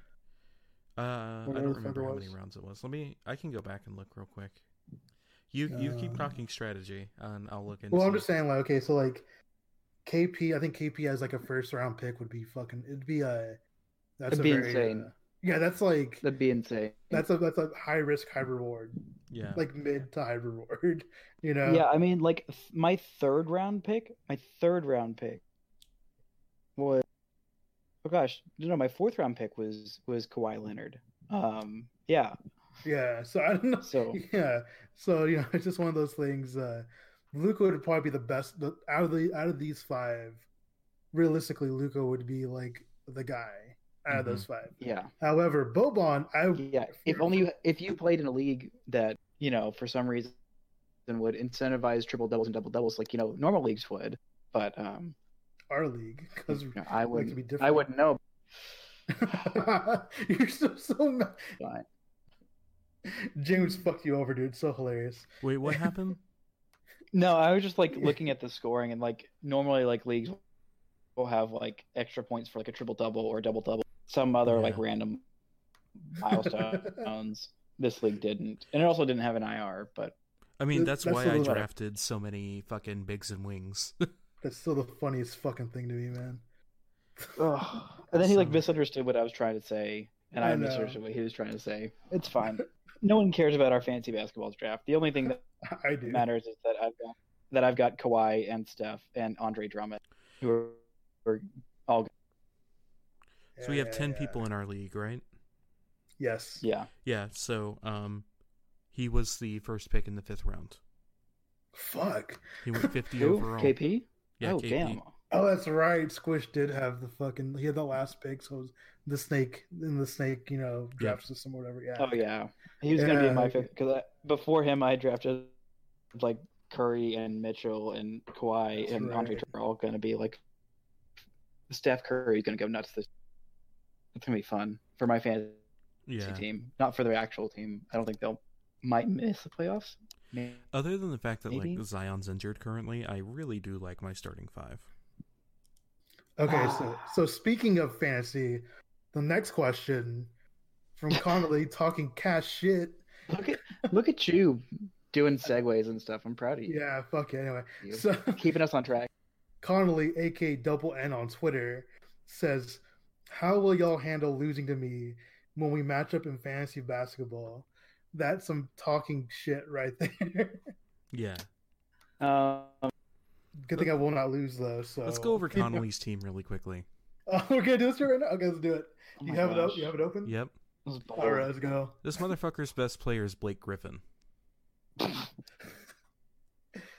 Speaker 3: Uh, I
Speaker 5: Or
Speaker 3: don't
Speaker 5: whatever
Speaker 3: remember
Speaker 5: it
Speaker 3: how many
Speaker 5: was.
Speaker 3: rounds it was. Let me. I can go back and look real quick. You you keep
Speaker 5: Uh,
Speaker 3: talking strategy, and I'll look into.
Speaker 5: Well, I'm just saying, like, okay, so like KP, I think KP as like a first round pick would be fucking. It'd be a. That's
Speaker 4: It'd
Speaker 5: a
Speaker 4: be
Speaker 5: very,
Speaker 4: insane.
Speaker 5: uh, Yeah, that's like
Speaker 4: That'd be insane.
Speaker 5: that's a that's a high risk, high reward,
Speaker 3: Yeah.
Speaker 5: like mid to high reward. (laughs) You know,
Speaker 4: yeah, I mean, like th- my third round pick, my third round pick was oh gosh, no, my fourth round pick was was Kawhi Leonard. Um, yeah,
Speaker 5: yeah. So I don't know. (laughs)
Speaker 4: so
Speaker 5: Yeah. So you know, (laughs) it's just one of those things. Uh, Luca would probably be the best the, out of the out of these five. Realistically, Luca would be like the guy out of those five.
Speaker 4: yeah,
Speaker 5: However, Boban, I
Speaker 4: yeah. If only you, if you played in a league that you know for some reason would incentivize triple doubles and double doubles like you know normal leagues would, but um,
Speaker 5: our league because
Speaker 4: you know, I
Speaker 5: like to
Speaker 4: would
Speaker 5: be different.
Speaker 4: I wouldn't know.
Speaker 5: (laughs) You're so so mad.
Speaker 4: Fine.
Speaker 5: James fucked you over, dude. So hilarious.
Speaker 3: Wait,
Speaker 5: (laughs)
Speaker 3: what happened?
Speaker 4: No, I was just like looking at the scoring and like normally like leagues will have like extra points for like a triple double or double double, some other like
Speaker 3: Yeah.
Speaker 5: (laughs)
Speaker 4: random milestones. this league didn't, and it also didn't have an IR. But
Speaker 3: I mean,
Speaker 5: Th-
Speaker 3: that's,
Speaker 5: that's
Speaker 3: why
Speaker 5: a
Speaker 3: I
Speaker 5: little-
Speaker 3: drafted so many fucking bigs and wings. (laughs)
Speaker 5: That's still the funniest fucking thing to me, man.
Speaker 4: and then he like
Speaker 3: So-
Speaker 4: misunderstood what I was trying to say, and I,
Speaker 5: I know.
Speaker 4: misunderstood what he was trying to say. It's fine. no one cares about our fancy basketball draft. The only thing that
Speaker 5: (laughs) I do.
Speaker 4: matters is that I've got that I've got Kawhi and Steph and Andre Drummond, who are, are
Speaker 5: Yeah,
Speaker 3: so we have
Speaker 5: yeah,
Speaker 3: 10
Speaker 5: yeah.
Speaker 3: people in our league, right?
Speaker 5: Yes.
Speaker 4: yeah.
Speaker 3: Yeah, so um he was the first pick in the 5th round.
Speaker 5: Fuck.
Speaker 3: He
Speaker 5: (laughs)
Speaker 3: went 50
Speaker 4: Who?
Speaker 3: overall.
Speaker 4: KP?
Speaker 3: Yeah,
Speaker 4: oh
Speaker 3: KP.
Speaker 4: damn.
Speaker 5: Oh, that's right. Squish did have the fucking. He had the last pick, so it was the snake in the snake, you know, draft system or whatever. Yeah.
Speaker 4: Oh yeah, he was gonna be in my
Speaker 5: Yeah.
Speaker 4: fifth because before him I drafted like Curry and Mitchell and Kawhi
Speaker 5: That's
Speaker 4: and Andre
Speaker 5: right.
Speaker 4: are all gonna be like Steph Curry's gonna go nuts. This it's gonna be fun for my fantasy
Speaker 3: Yeah.
Speaker 4: team, not for their actual team. I don't think they'll might miss the playoffs. May-
Speaker 3: Other than the fact that
Speaker 4: Maybe.
Speaker 3: like Zion's injured currently, I really do like my starting 5.
Speaker 5: Okay, so so speaking of fantasy, the next question from Connolly talking cash shit.
Speaker 4: Look at look at you doing segues and stuff. I'm proud of you.
Speaker 5: Yeah, fuck it. Anyway,
Speaker 4: You.
Speaker 5: so
Speaker 4: Keeping us on track.
Speaker 5: Connolly, aka Double N on Twitter, says, "How will y'all handle losing to me when we match up in fantasy basketball?" That's some talking shit right there. (laughs)
Speaker 3: Yeah.
Speaker 4: Um,
Speaker 5: Good thing I will not lose though. So
Speaker 3: Let's go over
Speaker 5: (laughs) You know-
Speaker 3: Connolly's team really quickly.
Speaker 5: Oh, we're gonna do this right now. Okay, let's do it.
Speaker 4: oh
Speaker 5: you
Speaker 4: my
Speaker 5: have it up.
Speaker 4: gosh.
Speaker 5: You have it open.
Speaker 3: Yep.
Speaker 4: This is
Speaker 5: All right, let's go.
Speaker 3: This motherfucker's best player is Blake Griffin.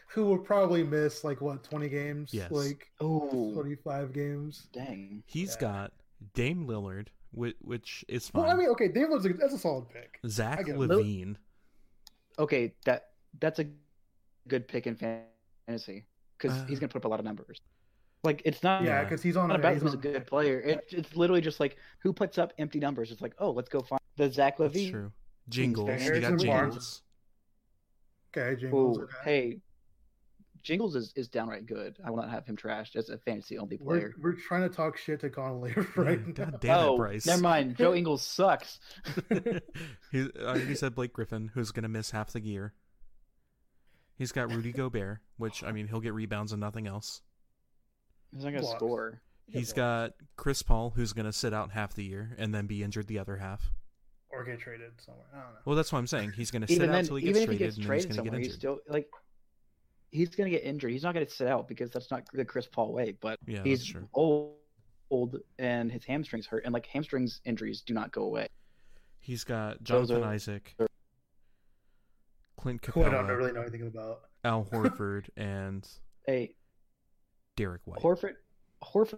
Speaker 5: Who will probably miss like what twenty games?
Speaker 3: Yes.
Speaker 5: Like (laughs)
Speaker 4: bold. Oh,
Speaker 5: 25 games.
Speaker 4: dang.
Speaker 3: He's
Speaker 5: Yeah.
Speaker 3: got Dame Lillard, which, which is fine.
Speaker 5: Well, I mean, okay, Dave Lillard's a, that's a solid pick. I
Speaker 3: Zach
Speaker 5: get it.
Speaker 3: Levine.
Speaker 4: okay, that that's a good pick in fantasy because
Speaker 3: Uh.
Speaker 4: he's gonna put up a lot of numbers. Like it's not,
Speaker 5: Yeah,
Speaker 3: Yeah.
Speaker 5: because he's on.
Speaker 4: not
Speaker 5: a-
Speaker 4: about
Speaker 5: he's
Speaker 4: who's a
Speaker 5: on-
Speaker 4: good player. It, it's literally just like who puts up empty numbers. It's like oh, let's go find the Zach
Speaker 3: That's
Speaker 4: Levine.
Speaker 3: true. Jingles. You
Speaker 5: Harrison
Speaker 3: got
Speaker 5: Barnes.
Speaker 3: Jingles.
Speaker 5: Okay, James.
Speaker 4: Ooh,
Speaker 5: Okay.
Speaker 4: hey, Jingles is, is downright good. I will not have him trashed as a fantasy only
Speaker 5: We're,
Speaker 4: player.
Speaker 5: we're trying to talk shit to (laughs) Connolly (laughs) right
Speaker 3: Yeah, (laughs)
Speaker 5: now.
Speaker 3: God damn
Speaker 4: oh,
Speaker 3: it, Bryce.
Speaker 4: never
Speaker 5: (laughs)
Speaker 4: mind. Joe Ingles sucks.
Speaker 3: (laughs) he I already said Blake Griffin, who's going to miss half the year. He's got
Speaker 5: (laughs)
Speaker 3: Rudy Gobert, which I mean he'll get rebounds and nothing else.
Speaker 4: He's not gonna
Speaker 5: Blocks.
Speaker 4: score.
Speaker 3: He's got Chris Paul, who's going to sit out half the year and then be injured the other half.
Speaker 5: Or get traded somewhere. I don't know.
Speaker 3: Well, that's what I'm saying. He's going to sit
Speaker 4: Even
Speaker 3: out
Speaker 4: then,
Speaker 3: until he gets
Speaker 4: even if he
Speaker 3: traded,
Speaker 4: gets
Speaker 3: and then he's going to get
Speaker 4: traded somewhere,
Speaker 3: injured.
Speaker 4: he's still like he's gonna get injured. He's not gonna sit out because that's not the Chris Paul way. But
Speaker 3: yeah, that's
Speaker 4: he's
Speaker 3: true.
Speaker 4: old, old and his hamstrings hurt and like hamstrings injuries do not go away
Speaker 3: He's got
Speaker 4: Those
Speaker 3: Jonathan
Speaker 4: are-
Speaker 3: Isaac, Clint
Speaker 5: Who I don't
Speaker 3: Capella,
Speaker 5: really know anything about.
Speaker 3: Al Horford, (laughs) and
Speaker 4: hey
Speaker 3: Derek White.
Speaker 4: horford horford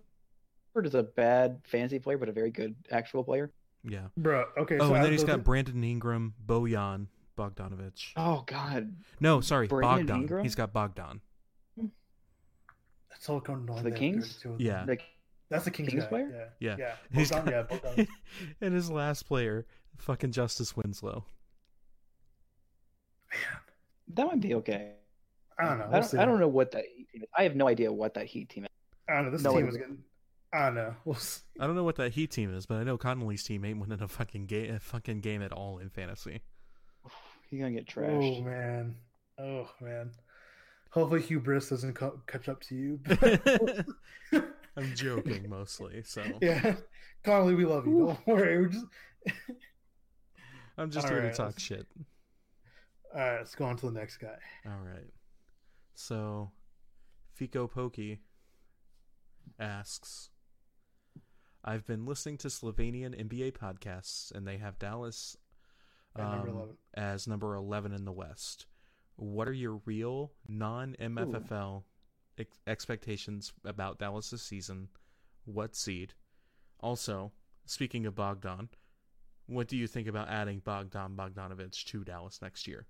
Speaker 4: is a bad fantasy player but a very good actual player
Speaker 3: yeah.
Speaker 5: Bro, okay.
Speaker 3: Oh,
Speaker 5: so
Speaker 3: and
Speaker 5: out
Speaker 3: then
Speaker 5: of
Speaker 3: he's
Speaker 5: those-
Speaker 3: got Brandon Ingram, Bojan Bogdanovic.
Speaker 4: oh god
Speaker 3: No, sorry,
Speaker 4: Brandon
Speaker 3: Bogdan.
Speaker 4: Ingram?
Speaker 3: He's got Bogdan.
Speaker 5: That's all Connolly.
Speaker 4: the
Speaker 5: there,
Speaker 4: Kings?
Speaker 5: two of them.
Speaker 3: Yeah.
Speaker 4: like
Speaker 5: That's the Kings,
Speaker 4: Kings
Speaker 5: guy,
Speaker 4: player?
Speaker 5: Yeah.
Speaker 3: Yeah. (laughs)
Speaker 5: Yeah.
Speaker 3: He's
Speaker 5: Bogdan- yeah,
Speaker 3: got-
Speaker 5: Bogdan.
Speaker 3: and his last player, fucking Justice Winslow.
Speaker 4: that might be okay
Speaker 5: I don't know.
Speaker 4: I,
Speaker 5: We'll
Speaker 4: don't,
Speaker 5: see.
Speaker 4: I don't know what that heat team is i have no idea what that heat team is
Speaker 5: I don't know. This
Speaker 4: No
Speaker 5: team
Speaker 4: one-
Speaker 5: is getting. I don't know. (laughs) We'll see.
Speaker 3: I don't know what that Heat team is, but I know Connolly's team ain't winning a fucking game, a fucking game at all in fantasy.
Speaker 5: (laughs)
Speaker 3: (laughs)
Speaker 4: he's gonna get
Speaker 5: Oh
Speaker 4: trashed
Speaker 5: man. Oh man. Hopefully hubris doesn't co- catch up
Speaker 3: (laughs)
Speaker 5: to you. (laughs)
Speaker 3: I'm joking mostly. So
Speaker 5: yeah, Connolly, we love you. Don't worry. We're just
Speaker 3: I'm just
Speaker 5: All
Speaker 3: here to
Speaker 5: right.
Speaker 3: talk shit.
Speaker 5: All right, let's go on to the next guy.
Speaker 3: All right. So, Fico Pokey asks I've been listening to Slovenian NBA podcasts, and they have Dallas
Speaker 5: At number
Speaker 3: um,
Speaker 5: 11.
Speaker 3: as number 11 in the West. What are your real non MFFL ex- expectations about Dallas this season? What seed? Also, speaking of Bogdan, what do you think about adding Bogdan Bogdanovich to Dallas next year?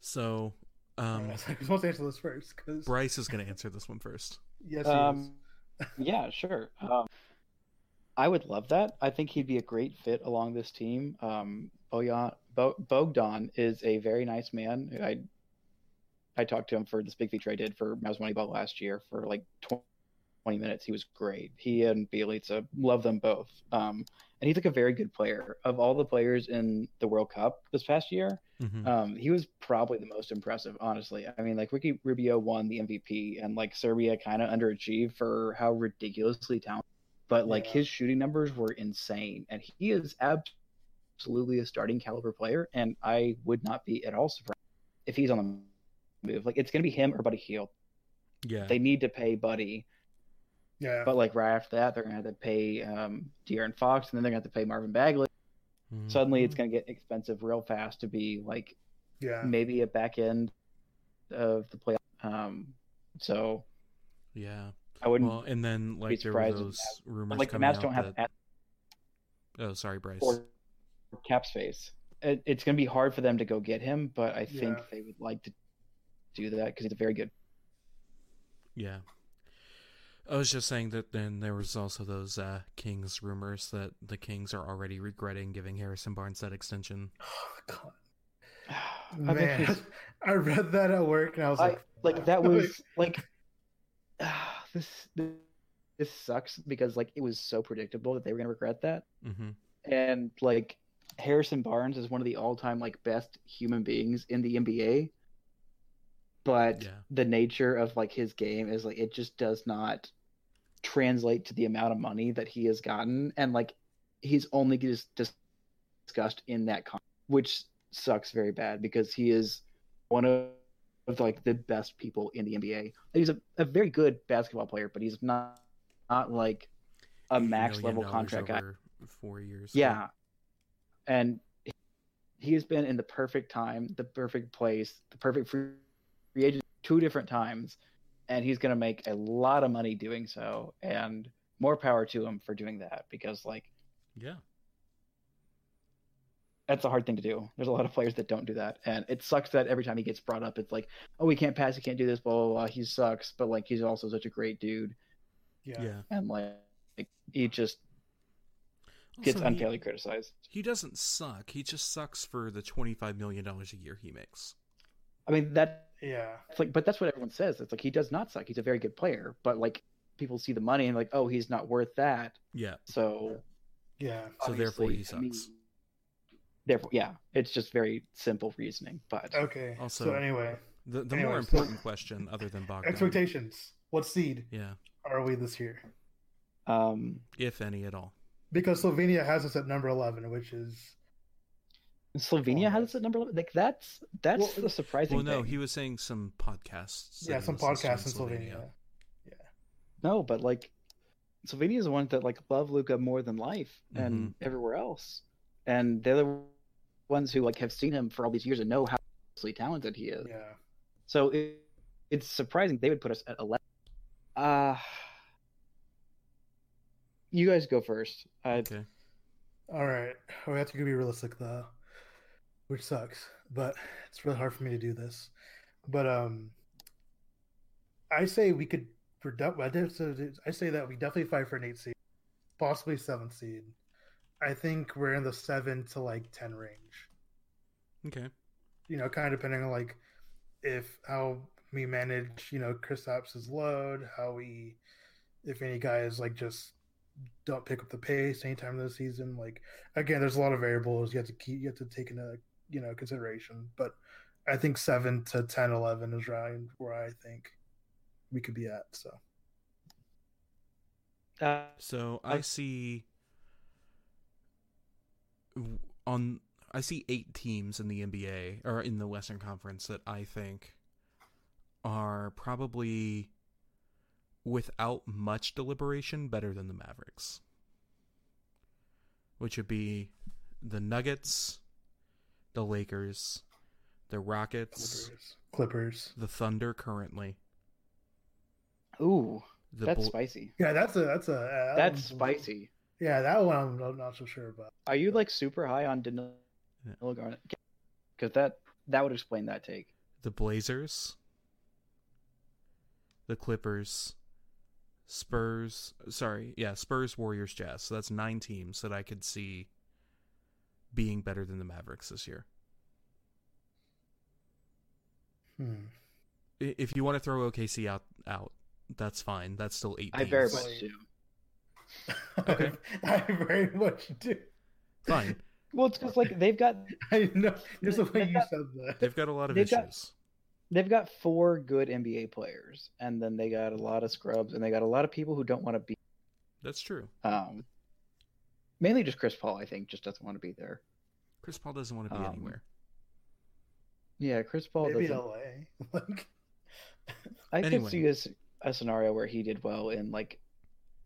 Speaker 3: So,
Speaker 5: (laughs) Um,
Speaker 3: um,
Speaker 5: I was like, I'm supposed to answer this first because
Speaker 3: Bryce is going to answer this one first.
Speaker 5: yes, he is. (laughs)
Speaker 4: Um, yeah, sure. Um, I would love that. I think he'd be a great fit along this team. Um, Bojan, Bo, Bogdan is a very nice man. I I talked to him for this big feature I did for Mouse Moneyball last year for like 20, minutes. He was great. He and Bielitsa, love them both. Um, and he's like a very good player. Of all the players in the World Cup this past year,
Speaker 3: Mhm.
Speaker 5: Mm-hmm.
Speaker 4: um, he was probably the most impressive, honestly. I mean, like Ricky Rubio won the MVP, and like Serbia kind of underachieved for how ridiculously talented. But like
Speaker 5: Yeah.
Speaker 4: his shooting numbers were insane, and he is absolutely a starting caliber player. And I would not be at all surprised if he's on the move. Like it's gonna be him or Buddy Heald.
Speaker 3: yeah.
Speaker 4: They need to pay Buddy,
Speaker 5: yeah,
Speaker 4: but like right after that, they're gonna have to pay um, De'Aaron Fox, and then they're gonna have to pay Marvin Bagley.
Speaker 5: Mm-hmm.
Speaker 3: Mhm.
Speaker 4: Suddenly, it's gonna get expensive real fast to be like
Speaker 3: (sighs)
Speaker 5: yeah.
Speaker 4: maybe a back end of the playoff. Um, so
Speaker 3: Yeah.
Speaker 4: I wouldn't
Speaker 3: Well, and then like there were
Speaker 4: surprised if
Speaker 3: those rumors
Speaker 4: like the
Speaker 3: coming
Speaker 4: Mavs
Speaker 3: out
Speaker 4: don't have
Speaker 3: that.
Speaker 4: that...
Speaker 3: Oh, sorry, Bryce.
Speaker 4: or cap space. It, it's going to be hard for them to go get him, but I think
Speaker 5: Yeah.
Speaker 4: they would like to do that because he's a very good. (sighs)
Speaker 3: Yeah. I was just saying that then there was also those uh, Kings rumors that the Kings are already regretting giving Harrison Barnes that extension.
Speaker 5: Oh, God.
Speaker 4: I think
Speaker 5: Man,
Speaker 4: he's-
Speaker 5: (laughs) I read that at work and I was
Speaker 4: I-
Speaker 5: (laughs) like,
Speaker 4: like that was like (sighs) ah, this, this. This sucks because like it was so predictable that they were going to regret that.
Speaker 3: Mm-hmm.
Speaker 4: and like Harrison Barnes is one of the all-time like best human beings in the NBA. But
Speaker 3: Yeah.
Speaker 4: the nature of like his game is like it just does not translate to the amount of money that he has gotten, and like he's only just dis- discussed in that con- which sucks very bad because he is one of, of like the best people in the NBA. He's a, a very good basketball player, but he's not not like a max level contract guy.
Speaker 3: Four years.
Speaker 4: Yeah. And he- he has been in the perfect time, the perfect place, the perfect free free agent two different times. And he's going to make a lot of money doing so. And more power to him for doing that because, like,
Speaker 3: Yeah.
Speaker 4: that's a hard thing to do. There's a lot of players that don't do that. And it sucks that every time he gets brought up, it's like, oh, he can't pass. He can't do this, blah, blah, blah. He sucks. But, like, he's also such a great dude.
Speaker 5: yeah.
Speaker 3: Yeah.
Speaker 4: And, like, he just gets
Speaker 3: Also, he-
Speaker 4: unfairly criticized.
Speaker 3: he doesn't suck. He just sucks for the twenty-five million dollars a year he makes.
Speaker 4: I mean, that
Speaker 5: yeah.
Speaker 4: It's like, but that's what everyone says. It's like he does not suck. He's a very good player, but like people see the money and like, oh, he's not worth that.
Speaker 3: Yeah.
Speaker 4: So
Speaker 5: Yeah,
Speaker 3: So therefore
Speaker 4: obviously,
Speaker 3: he
Speaker 4: I mean,
Speaker 3: sucks.
Speaker 4: therefore, yeah, it's just very simple reasoning. But
Speaker 5: Okay.
Speaker 3: Also-
Speaker 5: so anyway,
Speaker 3: The the more
Speaker 5: Anyway, so-
Speaker 3: important question, other
Speaker 5: (laughs)
Speaker 3: than Bogdan,
Speaker 5: expectations. What seed
Speaker 3: Yeah,
Speaker 5: are we this year?
Speaker 4: um,
Speaker 3: if any at all.
Speaker 5: Because Slovenia has us at number eleven, which is
Speaker 4: Slovenia has us at number eleven. Like that's that's
Speaker 5: Well,
Speaker 4: the surprising
Speaker 3: Well, no,
Speaker 4: thing.
Speaker 3: he was saying some podcasts. that
Speaker 5: yeah,
Speaker 3: he
Speaker 5: some
Speaker 3: listens to
Speaker 5: podcasts in Slovenia.
Speaker 4: No, but like Slovenia is the one that like love Luca more than life
Speaker 3: Mm-hmm.
Speaker 4: and everywhere else, and they're the ones who like have seen him for all these years and know how talented he is.
Speaker 5: Yeah,
Speaker 4: So it, it's surprising they would put us at 11. Uh, you guys go first. I,
Speaker 3: Okay.
Speaker 5: All right, we have to be realistic though, which sucks. But it's really hard for me to do this. But um, I say we could. For de- I did- so did- I say that we definitely fight for an eight seed, possibly seventh seed. I think we're in the seven to like ten range.
Speaker 3: Okay.
Speaker 5: you know, kind of depending on like if how we manage, you know, Kristaps' load, how we, if any guys like just don't pick up the pace anytime this season. Like again, there's a lot of variables you have to keep, you have to take into you know consideration. But I think seven to 10, 11 is around where I think we could be at. So
Speaker 4: uh,
Speaker 3: So
Speaker 4: I-
Speaker 3: I see on I see eight teams in the NBA or in the Western Conference that I think are probably without much deliberation better than the Mavericks. Which would be the Nuggets, the Lakers, the Rockets,
Speaker 5: Clippers. Clippers.
Speaker 3: the Thunder currently.
Speaker 4: Ooh,
Speaker 3: The
Speaker 4: that's
Speaker 3: Bul-
Speaker 4: spicy.
Speaker 5: Yeah, that's a that's a uh, that
Speaker 4: That's
Speaker 5: one's-
Speaker 4: spicy.
Speaker 5: Yeah, that one I'm, I'm not so sure about.
Speaker 4: Are you like super high on Danilo
Speaker 3: Yeah.
Speaker 4: Garnett? Because that that would explain that take.
Speaker 3: the Blazers, the Clippers, Spurs. Sorry, yeah, Spurs, Warriors, Jazz. So that's nine teams that I could see being better than the Mavericks this year.
Speaker 5: Hmm.
Speaker 3: I- If you want to throw OKC out, out, that's fine. That's still eight.
Speaker 4: I very
Speaker 3: teams.
Speaker 4: much
Speaker 5: Wait.
Speaker 4: do.
Speaker 3: Okay.
Speaker 5: (laughs) I very much do.
Speaker 3: fine.
Speaker 4: Well, it's because like they've got
Speaker 5: (laughs) I know. Just the way
Speaker 4: They've
Speaker 5: you
Speaker 4: got-
Speaker 5: said (laughs) that.
Speaker 3: They've got a lot of
Speaker 4: They've got-
Speaker 3: issues.
Speaker 4: they've got four good NBA players, and then they got a lot of scrubs, and they got a lot of people who don't want to be.
Speaker 3: That's true.
Speaker 4: Um, mainly just Chris Paul, I think, just doesn't want to be there.
Speaker 3: Chris Paul doesn't want to be
Speaker 4: Um,
Speaker 3: anywhere.
Speaker 4: Yeah, Chris Paul.
Speaker 5: Maybe
Speaker 4: doesn't-
Speaker 5: LA. Like,
Speaker 4: I
Speaker 3: Anyway.
Speaker 4: could see this a scenario where he did well in like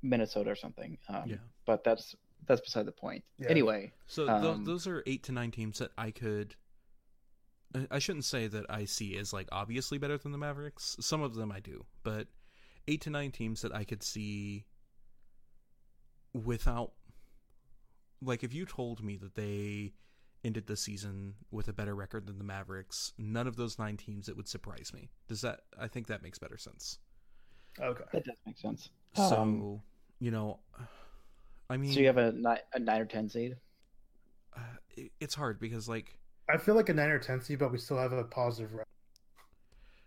Speaker 4: Minnesota or something. Um,
Speaker 3: Yeah.
Speaker 4: But that's that's beside the point.
Speaker 5: Yeah.
Speaker 4: Anyway,
Speaker 3: So tho-
Speaker 4: Um,
Speaker 3: those are eight to nine teams that I could. I- I shouldn't say that I see as like obviously better than the Mavericks. Some of them I do, but eight to nine teams that I could see without. Like, if you told me that they ended the season with a better record than the Mavericks, none of those nine teams it would surprise me. Does that? I think that makes better sense.
Speaker 5: okay.
Speaker 4: that does make sense.
Speaker 3: so,
Speaker 4: Um,
Speaker 3: you know, I mean,
Speaker 4: so you have a nine, a nine or ten seed.
Speaker 3: uh, it- it's hard because like
Speaker 5: I feel like a nine or ten seed, but we still have a positive. Record.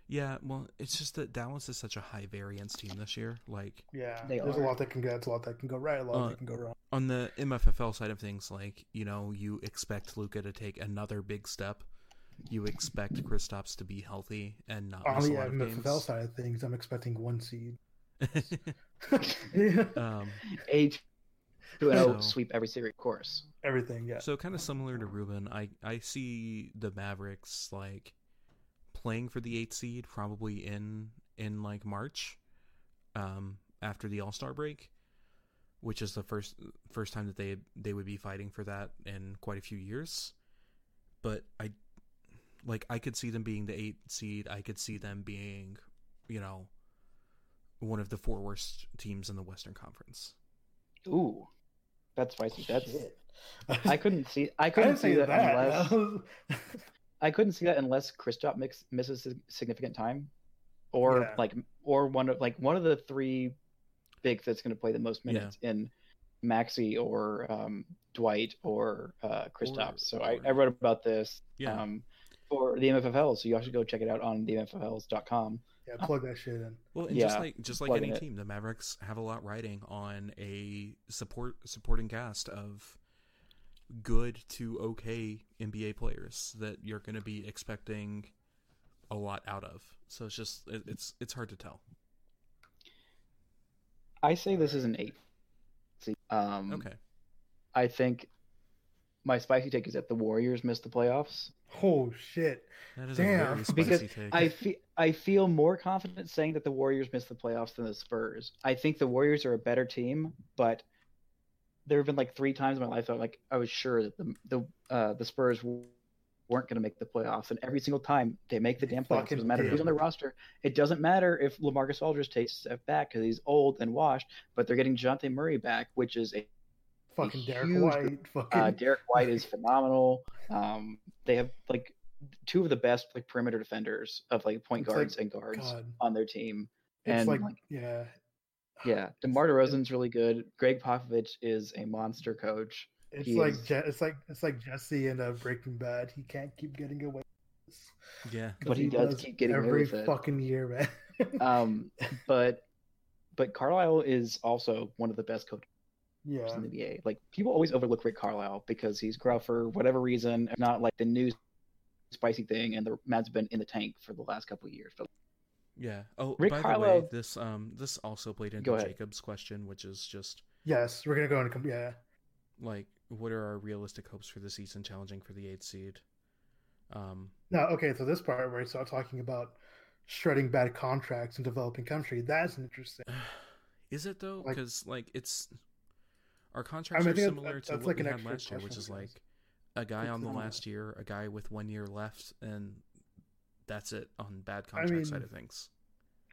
Speaker 3: Yeah, well, it's just that Dallas is such a high variance team this year. Like
Speaker 5: Yeah.
Speaker 4: They
Speaker 5: There's a
Speaker 4: are.
Speaker 5: lot that can go. It's a lot that can go right. A lot
Speaker 3: Uh,
Speaker 5: that can go wrong.
Speaker 3: on the MFFL side of things, like you know, you expect Luca to take another big step. You expect Kristaps to be healthy and not
Speaker 5: On
Speaker 3: miss a
Speaker 5: the
Speaker 3: lot of
Speaker 5: MFL
Speaker 3: games.
Speaker 5: side of things, I'm expecting one seed.
Speaker 4: (laughs)
Speaker 5: (laughs)
Speaker 3: um,
Speaker 4: Eight, two and
Speaker 3: So-
Speaker 4: oh, sweep every series, of course.
Speaker 5: Everything. Yeah.
Speaker 3: so kind of similar to Ruben, I I see the Mavericks like playing for the eight seed probably in in like March, um, after the All Star break, which is the first first time that they they would be fighting for that in quite a few years. But I like I could see them being the eight seed. I could see them being, you know, one of the four worst teams in the Western Conference.
Speaker 4: Ooh, that's spicy. That's
Speaker 5: Shit. (laughs)
Speaker 4: I couldn't see. I
Speaker 5: I
Speaker 4: couldn't
Speaker 5: didn't
Speaker 4: see
Speaker 5: say
Speaker 4: that,
Speaker 5: that.
Speaker 4: unless
Speaker 5: that was-
Speaker 4: I couldn't see that unless Kristoff mix misses sig- significant time, or
Speaker 5: Yeah.
Speaker 4: like or one of like one of the three bigs that's going to play the most
Speaker 3: Yeah.
Speaker 4: minutes in Maxi or um, Dwight or uh, Kristaps. so I, I
Speaker 3: or-
Speaker 4: wrote about this
Speaker 3: Yeah.
Speaker 4: um, for the MFFL. So you all should go check it out on the MFFLs.com.
Speaker 5: (laughs) yeah. Plug that shit in.
Speaker 3: Well, and just
Speaker 4: Yeah,
Speaker 3: like just like
Speaker 4: plug
Speaker 3: any
Speaker 4: it.
Speaker 3: team, the Mavericks have a lot riding on a support supporting cast of good to okay NBA players that you're going to be expecting a lot out of. So it's just it, it's it's hard to tell.
Speaker 4: I say this is an eight. See, um,
Speaker 3: Okay,
Speaker 4: I think my spicy take is that the Warriors missed the playoffs.
Speaker 5: Oh shit.
Speaker 3: that is a
Speaker 5: Damn.
Speaker 3: very spicy
Speaker 4: Because
Speaker 3: take.
Speaker 5: (laughs)
Speaker 4: I feel I feel more confident saying that the Warriors missed the playoffs than the Spurs. I think the Warriors are a better team, but there have been like three times in my life that like I was sure that the the uh, the Spurs w- weren't going to make the playoffs, and every single time they make the damn playoffs. It
Speaker 5: Fucking
Speaker 4: doesn't matter
Speaker 5: did.
Speaker 4: who's on their roster. It doesn't matter if Lamarcus Aldridge takes a step back because he's old and washed, but they're getting Jonte Murray back, which is a
Speaker 5: Fucking Derek
Speaker 4: huge-
Speaker 5: White. Fucking.
Speaker 4: uh, Derek White
Speaker 5: (laughs)
Speaker 4: is phenomenal. Um, they have like two of the best like perimeter defenders of like point
Speaker 5: It's like-
Speaker 4: guards and guards
Speaker 5: God.
Speaker 4: on their team.
Speaker 5: It's
Speaker 4: and,
Speaker 5: like,
Speaker 4: like-
Speaker 5: yeah. (sighs)
Speaker 4: Yeah, DeMar DeRozan's really good. Greg Popovich is a monster coach.
Speaker 5: It's
Speaker 4: he
Speaker 5: like
Speaker 4: is-
Speaker 5: Je- it's like it's like Jesse in uh, Breaking Bad. He can't keep getting away. with this.
Speaker 3: yeah,
Speaker 5: 'Cause
Speaker 4: But he does keep getting away
Speaker 5: every
Speaker 4: with it.
Speaker 5: fucking year, man. (laughs)
Speaker 4: Um, but but Carlisle is also one of the best coaches
Speaker 5: yeah,
Speaker 4: in the NBA. Like people always overlook Rick Carlisle because he's gruff for whatever reason, if not like the new spicy thing. And the Mavs have been in the tank for the last couple of years. But
Speaker 3: yeah. Oh,
Speaker 4: Rick
Speaker 3: by the way,
Speaker 4: Carlisle-
Speaker 3: this um this also played
Speaker 4: Go
Speaker 3: into
Speaker 4: ahead.
Speaker 3: Jacob's question, which is just
Speaker 5: yes, we're gonna go into com- yeah.
Speaker 3: like what are our realistic hopes for the season challenging for the eighth seed? Um,
Speaker 5: No, okay. So this part where you start talking about shredding bad contracts in developing country, that's interesting. (laughs)
Speaker 3: is it though?
Speaker 5: Like-
Speaker 3: Because like, it's our contracts
Speaker 5: I
Speaker 3: are
Speaker 5: think that's-
Speaker 3: similar to
Speaker 5: that's
Speaker 3: what
Speaker 5: like
Speaker 3: we
Speaker 5: an
Speaker 3: had
Speaker 5: extra
Speaker 3: last year, which
Speaker 5: question
Speaker 3: is
Speaker 5: for
Speaker 3: like
Speaker 5: us.
Speaker 3: a guy
Speaker 5: It's
Speaker 3: on the
Speaker 5: not-
Speaker 3: last year, a guy with one year left, and that's it on bad
Speaker 5: I
Speaker 3: contract side
Speaker 5: mean-
Speaker 3: of things.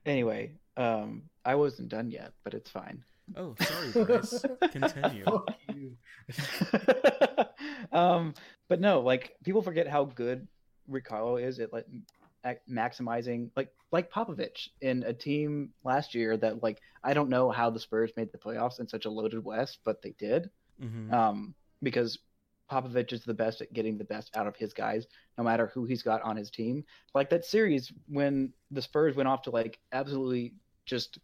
Speaker 4: Anyway, um, I wasn't done yet, but it's fine.
Speaker 3: (laughs) Oh, sorry, Bryce. (laughs) Continue.
Speaker 5: Fuck you.
Speaker 4: (laughs) um, but no, like people forget how good Ricardo is at like ac- maximizing, like like Popovich in a team last year that like I don't know how the Spurs made the playoffs in such a loaded West, but they did.
Speaker 3: (laughs) hmm
Speaker 5: Mm-hmm.
Speaker 4: Um, because Popovich is the best at getting the best out of his guys, no matter who he's got on his team. Like that series when the Spurs went off to like absolutely just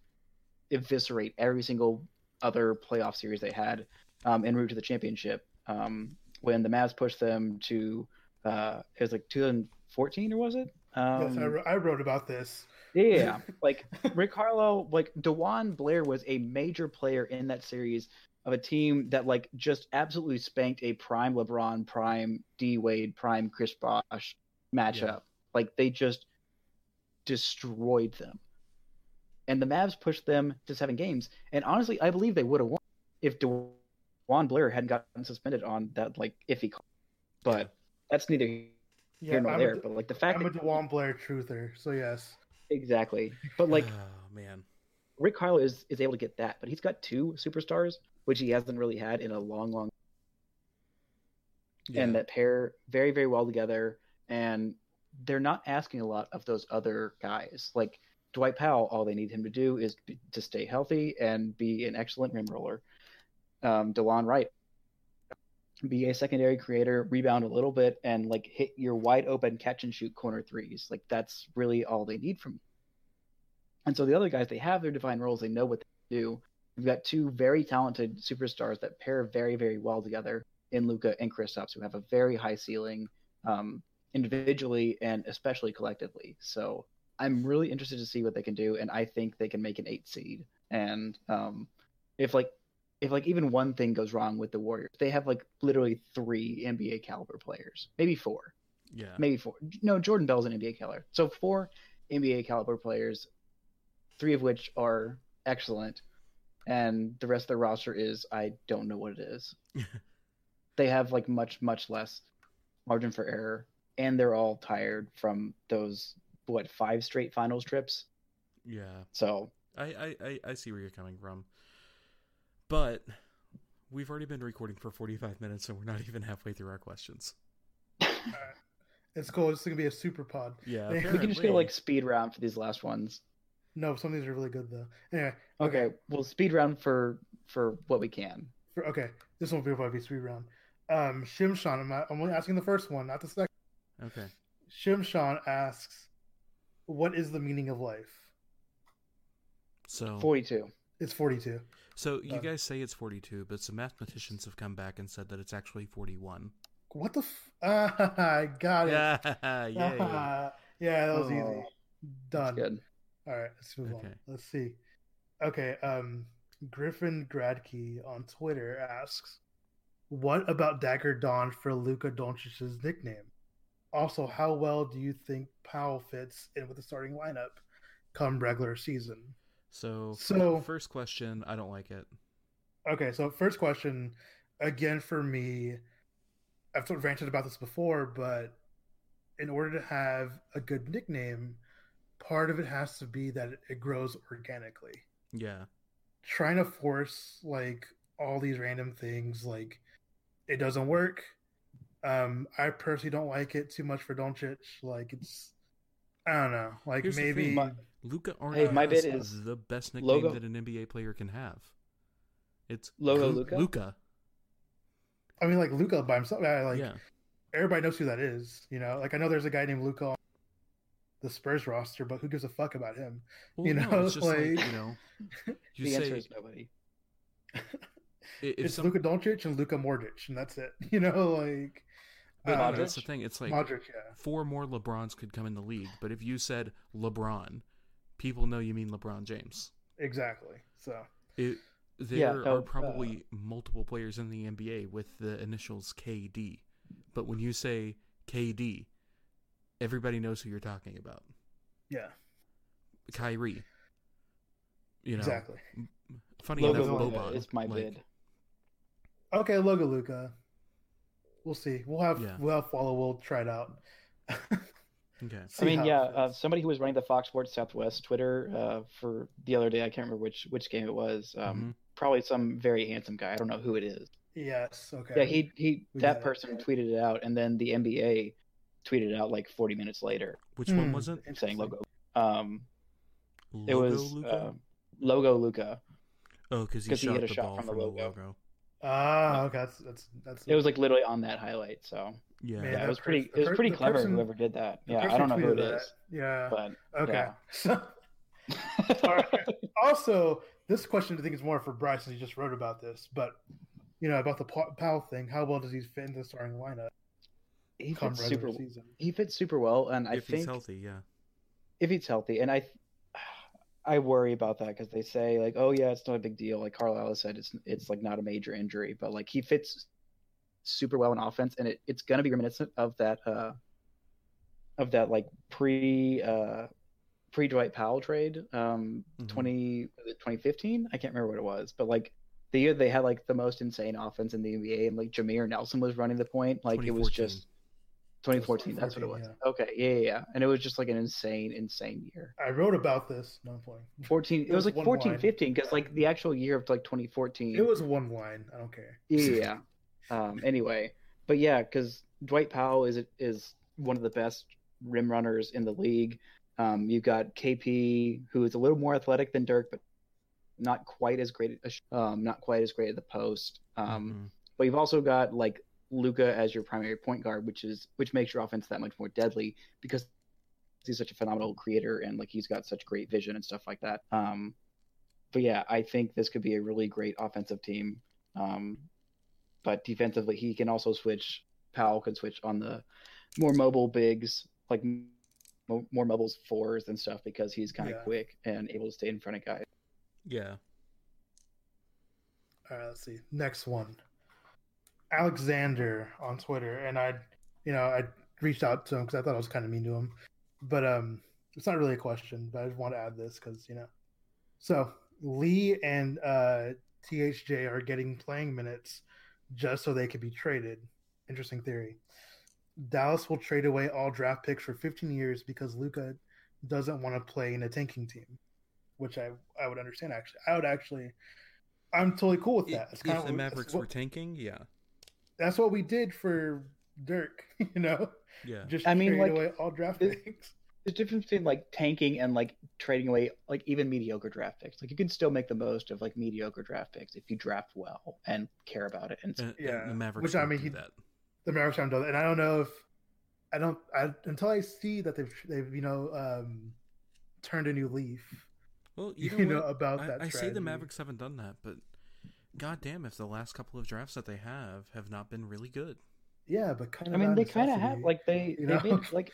Speaker 4: eviscerate every single other playoff series they had um, en route to the championship. Um, when the Mavs pushed them to, uh, it was like 2014 or was it? Um,
Speaker 5: yes, I, wrote, I wrote about this.
Speaker 4: yeah, yeah, yeah. (laughs) like Rick Carlo, like Dewan Blair was a major player in that series of a team that like just absolutely spanked a prime LeBron, prime D Wade, prime Chris Bosh matchup.
Speaker 3: Yeah.
Speaker 4: Like they just destroyed them, and the Mavs pushed them to seven games. And honestly, I believe they would have won if Dewan Blair hadn't gotten suspended on that like iffy call. But that's neither here
Speaker 5: Yeah,
Speaker 4: nor
Speaker 5: I'm,
Speaker 4: there.
Speaker 5: a,
Speaker 4: but like the fact
Speaker 5: I'm a
Speaker 4: that-
Speaker 5: Dewan Blair truther, so yes.
Speaker 4: exactly, but like.
Speaker 3: oh man,
Speaker 4: Rick Carlo is is able to get that, but he's got two superstars, which he hasn't really had in a long, long,
Speaker 3: yeah.
Speaker 4: and that pair very, very well together. And they're not asking a lot of those other guys. Like Dwight Powell, all they need him to do is be, to stay healthy and be an excellent rim roller. Um, DeLon Wright, be a secondary creator, rebound a little bit, and like hit your wide open catch and shoot corner threes. Like that's really all they need from you. And so the other guys, they have their defined roles. They know what they do. You've got two very talented superstars that pair very, very well together in Luca and Kristaps, who have a very high ceiling um, individually and especially collectively. So I'm really interested to see what they can do, and I think they can make an eight seed. And um, if like if like even one thing goes wrong with the Warriors, they have like literally three NBA caliber players, maybe four
Speaker 3: yeah.
Speaker 4: maybe four. No, Jordan Bell's an NBA caliber. So four NBA caliber players, three of which are excellent, and the rest of their roster is I don't know what
Speaker 3: (laughs)
Speaker 4: it is. they have like much much less margin for error, and they're all tired from those what five straight finals trips.
Speaker 3: Yeah,
Speaker 4: So
Speaker 3: I, I, I, I see where you're coming from. But we've already been recording for 45 minutes and we're not even halfway through our questions.
Speaker 5: It's cool. It's going to be a super pod.
Speaker 3: Yeah,
Speaker 5: (laughs) We
Speaker 4: we can just
Speaker 3: apparently.
Speaker 4: go like speed round for these last ones.
Speaker 5: No, some of these are really good, though. Anyway,
Speaker 4: Okay, we'll speed round for for what we can.
Speaker 5: for, okay. This won't be a 5v3 round. Um, Shimshan, I'm, not, I'm only asking the first one, not the second.
Speaker 3: Okay.
Speaker 5: Shimshan asks, What is the meaning of life?
Speaker 3: So
Speaker 4: Forty two.
Speaker 5: It's 42.
Speaker 3: so you
Speaker 5: uh,
Speaker 3: guys say it's 42, but some mathematicians have come back and said that it's actually 41.
Speaker 5: What the f? (laughs) Ah, I got it. (laughs)
Speaker 3: Yeah, (laughs) yeah.
Speaker 5: Ah, yeah, that was
Speaker 4: Oh,
Speaker 5: easy. Done.
Speaker 4: Good.
Speaker 5: All right, let's move on.
Speaker 3: Okay.
Speaker 5: Let's see. Okay, um, Griffin Gradke on Twitter asks, "What about Dagger Dawn for Luka Doncic's nickname? Also, how well do you think Powell fits in with the starting lineup come regular season?"
Speaker 3: So,
Speaker 5: So-
Speaker 3: first question, I don't like it.
Speaker 5: Okay, so first question, again for me, I've sort of ranted about this before, but in order to have a good nickname, part of it has to be that it grows organically.
Speaker 3: Yeah.
Speaker 5: trying to force like all these random things like it doesn't work um i personally don't like it too much for doncic like it's i don't know like
Speaker 3: Here's the
Speaker 5: maybe
Speaker 3: thing.
Speaker 4: My-
Speaker 3: Luca
Speaker 4: Hey,
Speaker 3: Arnold
Speaker 4: my
Speaker 3: has
Speaker 4: bid is
Speaker 3: the best nickname
Speaker 4: logo-
Speaker 3: that an NBA player can have. It's
Speaker 4: Logo
Speaker 3: Lu-
Speaker 4: Luka?
Speaker 3: Luka.
Speaker 5: i mean like luca by himself I, like
Speaker 3: yeah.
Speaker 5: everybody knows who that is you know like i know there's a guy named luca on the spurs roster but who gives a fuck about him
Speaker 3: Well,
Speaker 5: you
Speaker 3: no,
Speaker 5: know,
Speaker 3: it's just like,
Speaker 5: like-
Speaker 3: you know, you
Speaker 4: the
Speaker 3: say
Speaker 4: answer is nobody.
Speaker 3: i- if
Speaker 5: it's
Speaker 3: some-
Speaker 5: luca doncic and luca mordic and that's it (laughs) you know like
Speaker 3: But
Speaker 5: uh,
Speaker 3: no, that's the thing. It's like
Speaker 5: Modric, yeah
Speaker 3: four more LeBrons could come in the league, but if you said LeBron, people know you mean LeBron James.
Speaker 5: exactly so
Speaker 3: It there
Speaker 4: Yeah, uh, no,
Speaker 3: are probably multiple players in the NBA with the initials KD, but when you say KD, everybody knows who you're talking about.
Speaker 5: Yeah,
Speaker 3: Kyrie. You know,
Speaker 5: exactly.
Speaker 3: funny
Speaker 4: Logo
Speaker 5: Logan
Speaker 3: enough,
Speaker 5: Luka
Speaker 3: Boban.
Speaker 4: is my
Speaker 3: like,
Speaker 4: bid.
Speaker 5: Okay, Logo Luca. We'll see. We'll have
Speaker 3: Yeah.
Speaker 5: we'll have follow. We'll try it out. (laughs)
Speaker 3: Okay,
Speaker 4: I
Speaker 5: See
Speaker 4: mean,
Speaker 5: how it
Speaker 4: yeah,
Speaker 5: fits.
Speaker 4: uh, somebody who was running the Fox Sports Southwest Twitter uh, for the other day, I can't remember which which game it was. Um,
Speaker 5: Mm-hmm.
Speaker 3: mhm.
Speaker 4: Probably some very handsome guy. I don't know who it is.
Speaker 5: yes. Okay.
Speaker 4: Yeah, he he.
Speaker 5: We got
Speaker 4: That
Speaker 5: it.
Speaker 4: person tweeted it out, and then the NBA tweeted it out like 40 minutes later,
Speaker 3: which one
Speaker 5: Hmm.
Speaker 3: was it?
Speaker 4: saying
Speaker 5: Interesting.
Speaker 4: logo. Um, it
Speaker 3: Logo
Speaker 4: was
Speaker 3: Luka?
Speaker 4: uh, logo Luca.
Speaker 3: oh, because he
Speaker 4: 'cause he
Speaker 3: shot
Speaker 4: hit a
Speaker 3: the
Speaker 4: shot
Speaker 3: ball
Speaker 4: from the logo.
Speaker 5: Ah, okay. That's that's that's.
Speaker 4: It was like literally on that highlight. So
Speaker 3: Yeah,
Speaker 5: Man,
Speaker 4: yeah,
Speaker 5: that
Speaker 4: it was pretty.
Speaker 5: person-
Speaker 4: it was
Speaker 5: the
Speaker 4: pretty
Speaker 5: per- the
Speaker 4: clever
Speaker 5: person-
Speaker 4: whoever did that.
Speaker 5: the
Speaker 4: Yeah, I
Speaker 5: person
Speaker 4: don't know who
Speaker 5: tweeted
Speaker 4: it
Speaker 5: that. uh,
Speaker 4: is,
Speaker 5: Yeah. (laughs)
Speaker 4: but
Speaker 5: okay.
Speaker 4: yeah.
Speaker 5: So Alright. also, this question I think is more for Bryce, since he just wrote about this, but you know about the Pa- Powell thing. How well does he fit into the starting lineup
Speaker 4: (laughs) he
Speaker 5: come
Speaker 4: fits
Speaker 5: regular
Speaker 4: super.
Speaker 5: season?
Speaker 4: He fits super well, and I
Speaker 3: if
Speaker 4: think
Speaker 3: he's healthy, yeah.
Speaker 4: if he's healthy, and I, th- (sighs) I worry about that because they say like, oh yeah, it's not a big deal. Like Carlisle said, it's it's like not a major injury, but like he fits super well in offense, and it, it's gonna be reminiscent of that uh, of that like pre uh, pre Dwight Powell trade, um,
Speaker 3: Mhm.
Speaker 4: 20 was it 2015. I can't remember what it was, but like. The year they had like the most insane offense in the NBA, and like Jameer Nelson was running the point, like it was
Speaker 3: 2014.
Speaker 4: just 2014. That's what it was.
Speaker 5: 2014,
Speaker 4: Okay, yeah, yeah, yeah, and it was just like an insane, insane year.
Speaker 5: I wrote about this. No, I'm playing.
Speaker 4: 14 it
Speaker 5: It
Speaker 4: was
Speaker 5: was
Speaker 4: like
Speaker 5: one
Speaker 4: 14
Speaker 5: line.
Speaker 4: 15 because like the actual year of like 2014
Speaker 5: It was one line. I don't care.
Speaker 4: yeah um anyway but yeah because dwight powell is is one of the best rim runners in the league um you've got kp who is a little more athletic than dirk but not quite as great at, um not quite as great at the post um
Speaker 5: Mm-hmm.
Speaker 3: Mhm.
Speaker 4: but you've also got like Luca as your primary point guard, which is which makes your offense that much more deadly because he's such a phenomenal creator and like he's got such great vision and stuff like that. Um, but yeah, I think this could be a really great offensive team. Um, but defensively, he can also switch. Powell can switch on the more mobile bigs, like m- more mobile fours and stuff, because he's kind of
Speaker 5: Yeah.
Speaker 4: quick and able to stay in front of guys.
Speaker 3: yeah.
Speaker 5: All right, let's see. Next one. Alexander on Twitter, and I, you know, I reached out to him because I thought I was kind of mean to him, but um, it's not really a question, but I just want to add this because you know, so Lee and uh, THJ are getting playing minutes just so they could be traded. Interesting theory. Dallas will trade away all draft picks for 15 years because Luca doesn't want to play in a tanking team, which I I would understand actually. I would actually. I'm totally cool with that. It's
Speaker 3: If,
Speaker 5: kinda
Speaker 3: if
Speaker 5: what-
Speaker 3: the
Speaker 5: it's
Speaker 3: Mavericks
Speaker 5: what-
Speaker 3: were tanking, yeah,
Speaker 5: that's what we did for Dirk, (laughs) you know,
Speaker 3: yeah,
Speaker 5: just
Speaker 4: I
Speaker 5: I
Speaker 4: mean,
Speaker 5: mean,
Speaker 4: like,
Speaker 5: away all draft
Speaker 4: it-
Speaker 5: picks.
Speaker 4: there's a difference between like tanking and like trading away like even mediocre draft picks. Like you can still make the most of like mediocre draft picks if you draft well and care about it. And
Speaker 3: And- and
Speaker 5: yeah,
Speaker 3: Uh, the Mavericks.
Speaker 5: which I
Speaker 3: don't
Speaker 5: mean,
Speaker 3: do
Speaker 5: he-
Speaker 3: that.
Speaker 5: The Mavericks haven't done, it. and I don't know if I don't I, until I see that they've they've you know um turned a new leaf,
Speaker 4: (laughs)
Speaker 3: Well, you
Speaker 5: you,
Speaker 3: know,
Speaker 5: know,
Speaker 3: what?
Speaker 5: about
Speaker 3: I,
Speaker 5: that.
Speaker 3: I say
Speaker 5: strategy.
Speaker 3: the Mavericks haven't done that, but goddamn, if the last couple of drafts that they have have not been really good,
Speaker 5: yeah, but kind
Speaker 4: I
Speaker 5: of.
Speaker 4: mean,
Speaker 5: out
Speaker 4: they
Speaker 5: of
Speaker 4: kind of have
Speaker 5: necessity.
Speaker 4: like they
Speaker 5: you
Speaker 4: they
Speaker 5: know?
Speaker 4: made like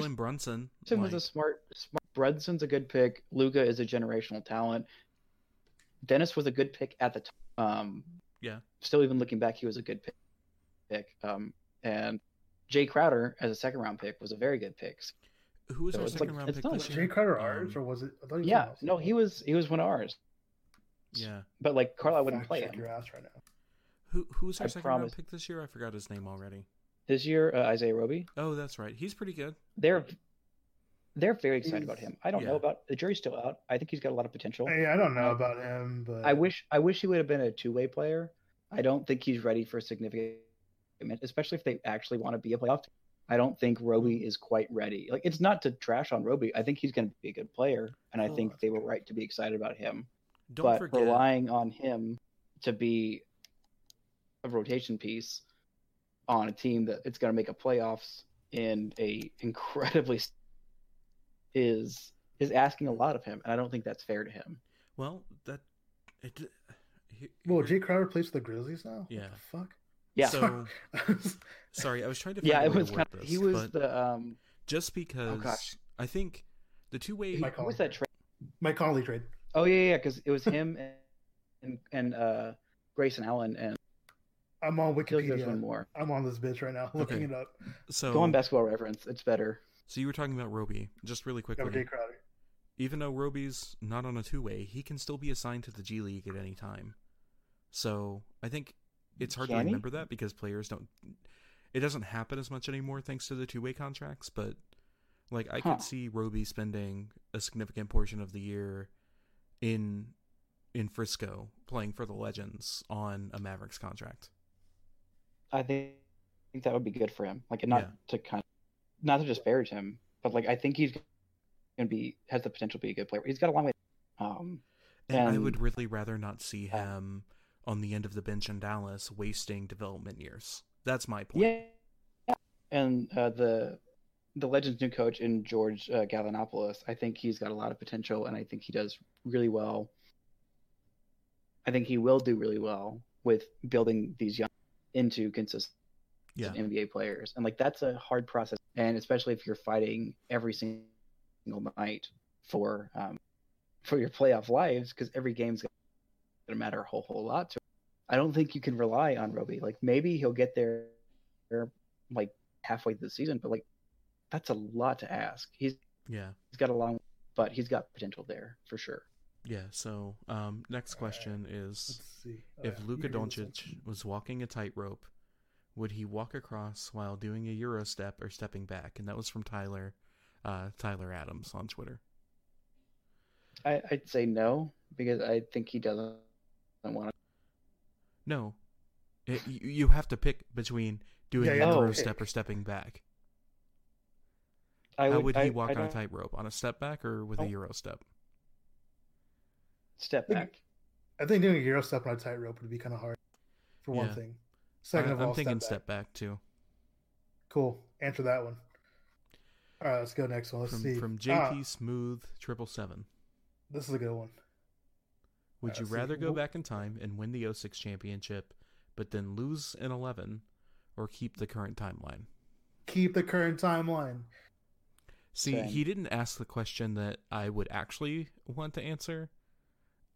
Speaker 3: (laughs) Jalen Brunson
Speaker 4: was a
Speaker 3: like,
Speaker 4: smart smart. Brunson's a good pick. Luca is a generational talent. Dennis was a good pick at the time. Um,
Speaker 3: Yeah.
Speaker 4: Still, even looking back, he was a good pick. Pick. Um, and Jay Crowder as a second round pick was a very good pick. So
Speaker 3: who was
Speaker 4: so
Speaker 3: our
Speaker 4: it's like-
Speaker 3: second round
Speaker 4: it's
Speaker 3: pick
Speaker 4: not
Speaker 3: this
Speaker 5: was
Speaker 4: like-
Speaker 3: year?
Speaker 5: Jay Carter
Speaker 3: Um,
Speaker 5: ours, or was it? I thought was
Speaker 4: yeah,
Speaker 5: someone else.
Speaker 4: no, he was he was one of ours,
Speaker 3: Yeah,
Speaker 4: but like Carlisle wouldn't
Speaker 5: Fact
Speaker 4: play
Speaker 5: check
Speaker 4: him.
Speaker 5: your ass right now.
Speaker 3: who who was our
Speaker 4: I
Speaker 3: second round
Speaker 4: promise.
Speaker 3: pick this year? I forgot his name already.
Speaker 4: this year, uh, Isaiah Roby.
Speaker 3: Oh, that's right, he's pretty good.
Speaker 4: They're they're very excited about
Speaker 5: He's-
Speaker 4: him. I don't know
Speaker 3: yeah.
Speaker 4: about the jury's still out. I think he's got a lot of potential.
Speaker 5: I, uh, mean, I don't know
Speaker 4: I-
Speaker 5: about him, but
Speaker 4: I wish I wish he would have been a two way player. I don't think he's ready for significant, especially if they actually want to be a playoff. team. I don't think Roby is quite ready. Like it's not to trash on Roby. I think he's going to be a good player, and I
Speaker 3: Oh,
Speaker 4: think they were right to be excited about him.
Speaker 3: Don't
Speaker 4: but
Speaker 3: forget,
Speaker 4: relying on him to be a rotation piece on a team that it's going to make a playoffs in a incredibly s- is is asking a lot of him, and I don't think that's fair to him.
Speaker 3: well, that it. he-
Speaker 5: Well,
Speaker 3: here-
Speaker 5: Jay Crowder plays for the Grizzlies now.
Speaker 3: Yeah.
Speaker 5: What
Speaker 4: Yeah, (laughs)
Speaker 3: So
Speaker 5: the fuck. (laughs)
Speaker 3: sorry, I was trying to. Find
Speaker 4: yeah,
Speaker 3: a
Speaker 4: it
Speaker 3: way to
Speaker 4: was
Speaker 3: word
Speaker 4: kind of,
Speaker 3: this,
Speaker 4: he was
Speaker 3: but
Speaker 4: the um
Speaker 3: just because
Speaker 4: gosh.
Speaker 3: I think the two way
Speaker 5: Mike
Speaker 4: who was
Speaker 5: Conley.
Speaker 4: that trade?
Speaker 5: Mike Conley trade.
Speaker 3: (laughs)
Speaker 4: Oh yeah, yeah, because it was him and, and and uh, Grace and Allen and
Speaker 5: I'm on
Speaker 4: I feel like there's
Speaker 5: Wikipedia.
Speaker 4: one more.
Speaker 5: I'm on this bitch right now, (laughs) looking
Speaker 3: Okay.
Speaker 5: it up.
Speaker 3: So
Speaker 4: Go on basketball reference. It's better.
Speaker 3: So you were talking about Roby, just really quickly.
Speaker 5: Robert J. Crowder.
Speaker 3: Even though Roby's not on a two way, he can still be assigned to the G League at any time. So I think it's hard
Speaker 4: Can
Speaker 3: to
Speaker 4: he?
Speaker 3: remember that because players don't. It doesn't happen as much anymore thanks to the two way contracts, but like I
Speaker 4: Huh.
Speaker 3: could see Roby spending a significant portion of the year in in Frisco playing for the Legends on a Mavericks contract.
Speaker 4: I think, I think that would be good for him. Like, and not
Speaker 3: Yeah.
Speaker 4: to kind, of, not to disparage him, but like I think he's gonna be has the potential to be a good player. He's got a long way. Um,
Speaker 3: And, I
Speaker 4: And-
Speaker 3: would really rather not see
Speaker 4: Yeah.
Speaker 3: him on the end of the bench in Dallas wasting development years. That's my point.
Speaker 4: yeah, and uh, the the Legends' new coach in George uh, Galanopoulos, I think he's got a lot of potential, and I think he does really well. I think he will do really well with building these young into consistent.
Speaker 3: Yeah.
Speaker 4: and NBA players. And like that's a hard process. And especially if you're fighting every single night for um for your playoff lives, because every game's gonna matter a whole whole lot to I don't think you can rely on Roby. Like maybe he'll get there like halfway through the season, but like that's a lot to ask. He's
Speaker 3: Yeah.
Speaker 4: he's got a long but he's got potential there for sure.
Speaker 3: Yeah. So, um, next
Speaker 5: Uh,
Speaker 3: question is:
Speaker 5: Let's see. Oh,
Speaker 3: If
Speaker 5: yeah,
Speaker 3: Luka
Speaker 5: you can do this
Speaker 3: Doncic was walking a tightrope, would he walk across while doing a euro step or stepping back? And that was from Tyler, uh, Tyler Adams on Twitter.
Speaker 4: I, I'd say no, because I think he doesn't want to
Speaker 3: No, it, you, you have to pick between doing
Speaker 5: Yeah,
Speaker 3: a
Speaker 5: Oh, you have
Speaker 4: to
Speaker 3: euro
Speaker 5: pick.
Speaker 3: step or stepping back.
Speaker 4: I
Speaker 3: How would he
Speaker 4: I-
Speaker 3: walk
Speaker 4: I
Speaker 3: on a
Speaker 4: don't-
Speaker 3: tightrope? On a step back or with a
Speaker 5: Oh.
Speaker 3: euro step?
Speaker 4: step
Speaker 5: Like,
Speaker 4: back.
Speaker 5: I think doing a euro step on a tightrope would be kind of hard, for one
Speaker 3: Yeah.
Speaker 5: thing.
Speaker 3: I,
Speaker 5: Second of
Speaker 3: I'm
Speaker 5: all,
Speaker 3: thinking
Speaker 5: back.
Speaker 3: step back too.
Speaker 5: Cool. Answer that one. All right, let's go next one. Let's
Speaker 3: From
Speaker 5: see.
Speaker 3: from
Speaker 5: Ah,
Speaker 3: JP Smooth Triple Seven.
Speaker 5: this is a good one.
Speaker 3: Would
Speaker 5: Uh,
Speaker 3: you
Speaker 5: see,
Speaker 3: rather go
Speaker 5: wh-
Speaker 3: back in time and win the 06 championship, but then lose in 11, or keep the current timeline?
Speaker 5: Keep the current timeline.
Speaker 3: See,
Speaker 4: Same.
Speaker 3: he didn't ask the question that I would actually want to answer,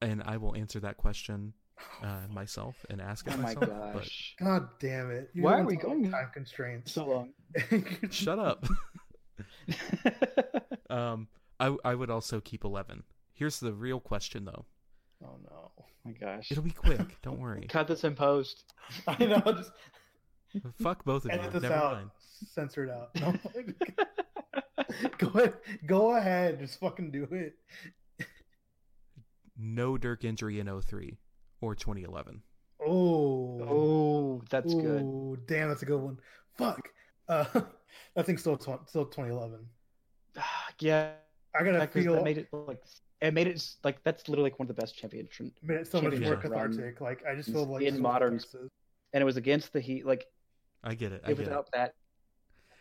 Speaker 3: and I will answer that question uh, myself and ask it
Speaker 4: Oh my
Speaker 3: myself. but-
Speaker 4: gosh.
Speaker 5: God damn it!
Speaker 4: Why
Speaker 5: the
Speaker 4: are
Speaker 5: one
Speaker 4: we
Speaker 5: talking
Speaker 4: going-
Speaker 5: (laughs) Time
Speaker 4: (laughs)
Speaker 5: constraints.
Speaker 4: So long.
Speaker 3: shut up. um, I I would also keep 11. Here's the real question though.
Speaker 5: (laughs) oh no!
Speaker 4: (laughs)
Speaker 5: (laughs)
Speaker 4: my gosh.
Speaker 3: It'll be quick. Don't
Speaker 4: (laughs)
Speaker 3: worry.
Speaker 4: Cut this in post.
Speaker 5: I know. Just
Speaker 3: Fuck both of you.
Speaker 5: edit this
Speaker 3: Never
Speaker 5: out.
Speaker 3: mind.
Speaker 5: Censor it out. (laughs) No. go ahead. Go ahead. Just fucking do it.
Speaker 3: No Dirk injury in 03 or 2011.
Speaker 5: Oh.
Speaker 4: Oh, that's good. (sighs)
Speaker 5: Ooh, Damn, that's a good one. Fuck. Uh, (laughs) I think still tw- still 2011.
Speaker 4: yeah,
Speaker 5: I gotta
Speaker 4: that, 'cause
Speaker 5: feel.
Speaker 4: that made it like it made it s- like that's literally like one of the best championship,
Speaker 5: Man, it's so much more
Speaker 3: Championship
Speaker 5: cathartic. Like I just feel like
Speaker 4: In
Speaker 5: so much
Speaker 4: modern-
Speaker 5: catharsis.
Speaker 4: and it was against the Heat. Like
Speaker 3: I get it. I
Speaker 4: if
Speaker 3: get it.
Speaker 4: without that,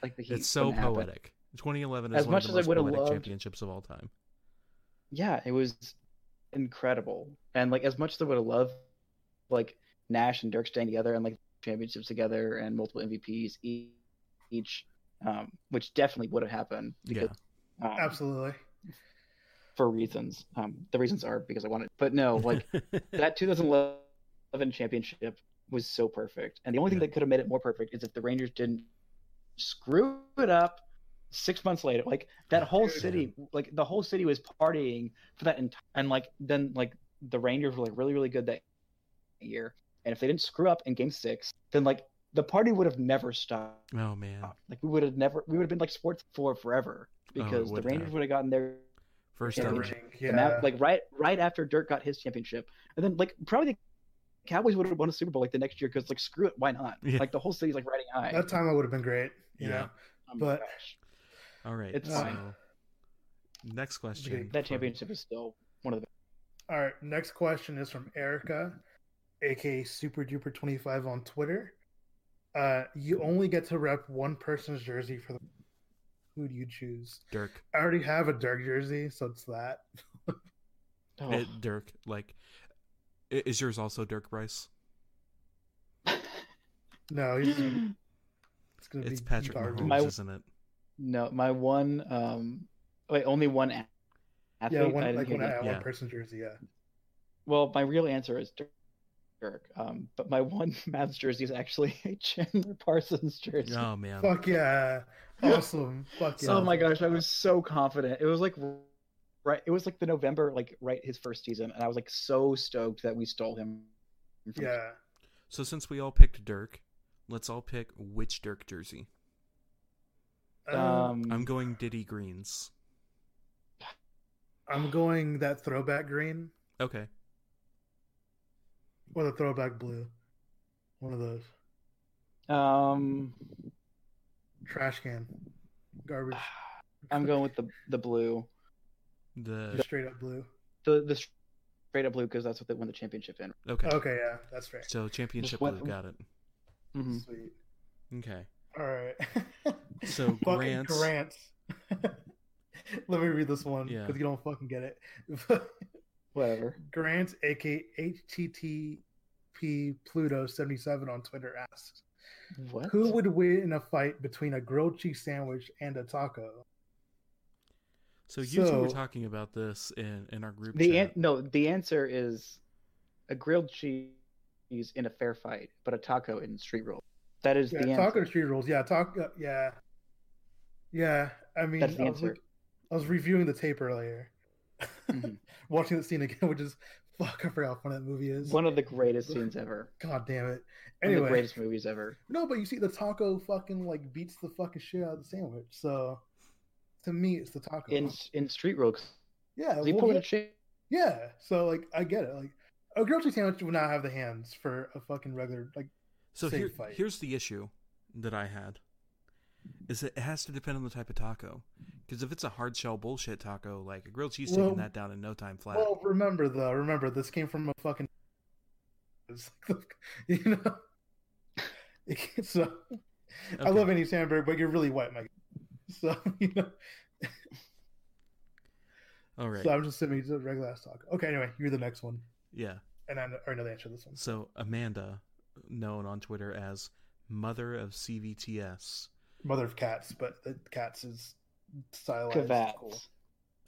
Speaker 4: like the Heat.
Speaker 3: It's so
Speaker 4: wouldn't happen.
Speaker 3: poetic. 2011 is
Speaker 4: As
Speaker 3: one
Speaker 4: much
Speaker 3: of
Speaker 4: as
Speaker 3: the
Speaker 4: I
Speaker 3: most
Speaker 4: would've
Speaker 3: poetic
Speaker 4: loved-
Speaker 3: championships of all time.
Speaker 4: Yeah, it was incredible. And like as much as I would have loved like Nash and Dirk staying together and like championships together and multiple MVPs e- each, um, which definitely would have happened.
Speaker 3: Yeah,
Speaker 4: um,
Speaker 5: Absolutely.
Speaker 4: for reasons. Um, the reasons are because I wanted, but no,
Speaker 3: (laughs)
Speaker 4: Oh, like that 2011 championship was so perfect, and the only thing
Speaker 3: Yeah.
Speaker 4: that could have made it more perfect is if the Rangers didn't screw it up six months later. Like that whole
Speaker 5: Dude.
Speaker 4: city, like the whole city was partying for that entire, and like then like the Rangers were like really really good that year, and if they didn't screw up in Game Six, then like the party would have never stopped
Speaker 3: oh man,
Speaker 4: up. Like we would have never, we would have been like sports for forever
Speaker 3: Oh, it
Speaker 4: because the
Speaker 3: would
Speaker 4: Rangers
Speaker 3: have.
Speaker 4: would have gotten their
Speaker 3: first
Speaker 4: Yeah,
Speaker 5: The
Speaker 3: ever.
Speaker 4: Rangers-
Speaker 5: ring,
Speaker 4: the
Speaker 5: Yeah.
Speaker 4: map, like right right after Dirk got his championship, and then like probably the Cowboys would have won a Super Bowl like the next year because like screw it, why not?
Speaker 3: Yeah.
Speaker 4: Like the whole city's like riding high.
Speaker 5: that time I would have been great.
Speaker 3: Yeah.
Speaker 5: You know?
Speaker 4: Oh my
Speaker 5: but-
Speaker 4: gosh.
Speaker 3: All right,
Speaker 4: It's
Speaker 3: so
Speaker 4: fine.
Speaker 3: next question.
Speaker 4: that
Speaker 3: from-
Speaker 4: championship is still one of the
Speaker 5: All right. Next question is from Erica, aka Super Duper twenty five on Twitter. Uh, you only get to rep one person's jersey for the. Who do you choose?
Speaker 3: Dirk.
Speaker 5: I already have a Dirk jersey, so it's that.
Speaker 4: oh.
Speaker 3: Eh, Dirk, like, i- is yours also Dirk Bryce?
Speaker 4: (gasps)
Speaker 5: No, he's, it's gonna
Speaker 3: It's
Speaker 5: be
Speaker 3: Patrick
Speaker 5: garbage.
Speaker 3: Mahomes,
Speaker 4: My-
Speaker 3: isn't it?
Speaker 4: no, my one um wait, only one a- athlete.
Speaker 5: Yeah, one
Speaker 4: I didn't
Speaker 5: like
Speaker 4: hear
Speaker 5: one,
Speaker 4: that.
Speaker 5: one
Speaker 3: Yeah.
Speaker 5: person jersey. Yeah,
Speaker 4: Well, my real answer is Dirk. Um, but my one (laughs) Mavs jersey is actually (laughs) a Chandler Parsons jersey.
Speaker 3: Oh man.
Speaker 5: Fuck yeah. Awesome. Fuck yeah.
Speaker 4: Oh my gosh, I was so confident. It was like right it was like the November like right his first season and I was like so stoked that we stole him. from-
Speaker 5: Yeah.
Speaker 3: So since we all picked Dirk, let's all pick which Dirk jersey.
Speaker 5: Um,
Speaker 4: Um,
Speaker 3: I'm going Diddy Greens.
Speaker 5: I'm going that throwback green
Speaker 3: Okay.
Speaker 5: or the throwback blue. One of those.
Speaker 4: um
Speaker 5: Trash can. Garbage.
Speaker 4: (sighs)
Speaker 3: (laughs)
Speaker 4: I'm going with the the blue.
Speaker 5: Just
Speaker 3: The
Speaker 5: straight up blue.
Speaker 4: The the straight up blue because that's what they won the championship in.
Speaker 3: okay.
Speaker 5: Okay, yeah, that's fair.
Speaker 3: So championship
Speaker 4: Just went-
Speaker 3: blue got it.
Speaker 4: Mhm.
Speaker 5: Sweet.
Speaker 3: Okay.
Speaker 5: All right. (laughs)
Speaker 3: So,
Speaker 5: Fucking
Speaker 3: Grants.
Speaker 5: Grants. (laughs) Let me read this one
Speaker 3: Yeah.
Speaker 5: because you don't fucking get it. (laughs)
Speaker 4: Whatever.
Speaker 5: Grants, aka HTTP Pluto seventy seven on Twitter asks,
Speaker 4: What?
Speaker 5: "Who would win in a fight between a grilled cheese sandwich and a taco?"
Speaker 3: So you two were
Speaker 5: So-
Speaker 3: talking about this in in our group
Speaker 4: the an-
Speaker 3: chat.
Speaker 4: no? The answer is a grilled cheese in a fair fight, but a taco in street roll. That is the
Speaker 5: Yeah,
Speaker 4: answer.
Speaker 5: taco street rolls. Yeah, taco. uh, Yeah, yeah. I mean,
Speaker 4: That's the
Speaker 5: I, was,
Speaker 4: answer.
Speaker 5: look- I was reviewing the tape earlier,
Speaker 4: Mhm.
Speaker 5: (laughs) watching the scene again, (laughs) which is fuck. I forgot how funny that movie is.
Speaker 4: One of the greatest scenes ever.
Speaker 5: God damn it.
Speaker 4: One of
Speaker 5: Anyway,
Speaker 4: the greatest movies ever.
Speaker 5: no, but you see, the taco fucking like beats the fucking shit out of the sandwich. So, to me, it's the taco.
Speaker 4: In in street roll, 'cause
Speaker 5: yeah,
Speaker 4: he
Speaker 5: well,
Speaker 4: pulled
Speaker 5: yeah.
Speaker 4: a chain.
Speaker 5: Yeah. So like I get it. Like a grilled cheese sandwich would not have the hands for a fucking regular like
Speaker 3: So
Speaker 5: same
Speaker 3: here,
Speaker 5: fight.
Speaker 3: here's the issue that I had is that it has to depend on the type of taco. Because if it's a hard shell bullshit taco, like a grilled cheese,
Speaker 5: Well-
Speaker 3: taking that down in no time flat.
Speaker 5: Well, remember though, remember this came from a fucking (laughs) it's like (laughs) the, you know. so I
Speaker 3: Okay.
Speaker 5: love Andy Sandberg, but you're really white, Mike. (laughs) So you know
Speaker 3: All right.
Speaker 5: so I'm just sitting to regular ass talk. Okay, anyway, you're the next one.
Speaker 3: yeah.
Speaker 5: And I know, I know the answer to this one.
Speaker 3: So Amanda, known on Twitter as Mother of CVTS.
Speaker 5: Mother of cats, but the cats is stylized.
Speaker 4: Cavats.
Speaker 5: Cool.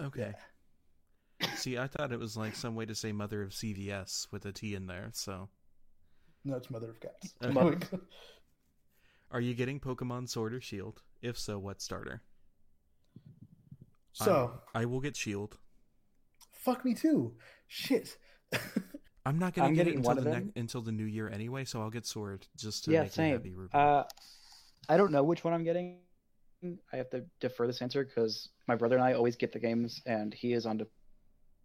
Speaker 3: Okay. See, I thought it was like some way to say Mother of CVS with a T in there. So,
Speaker 5: No, it's mother of cats.
Speaker 3: Okay.
Speaker 4: Mother-
Speaker 3: are you getting Pokemon Sword or Shield? If so, what starter? I'm-
Speaker 5: so
Speaker 3: I will get Shield.
Speaker 5: fuck me too. Shit.
Speaker 3: I'm not gonna
Speaker 4: I'm
Speaker 3: get it
Speaker 4: getting
Speaker 3: until
Speaker 4: one of
Speaker 3: the
Speaker 4: them.
Speaker 3: next until the new year anyway, so I'll get Sword just to
Speaker 4: Yeah,
Speaker 3: make you happy.
Speaker 4: same.
Speaker 3: Ruben.
Speaker 4: Uh, I don't know which one I'm getting. I have to defer this answer because my brother and I always get the games, and he is on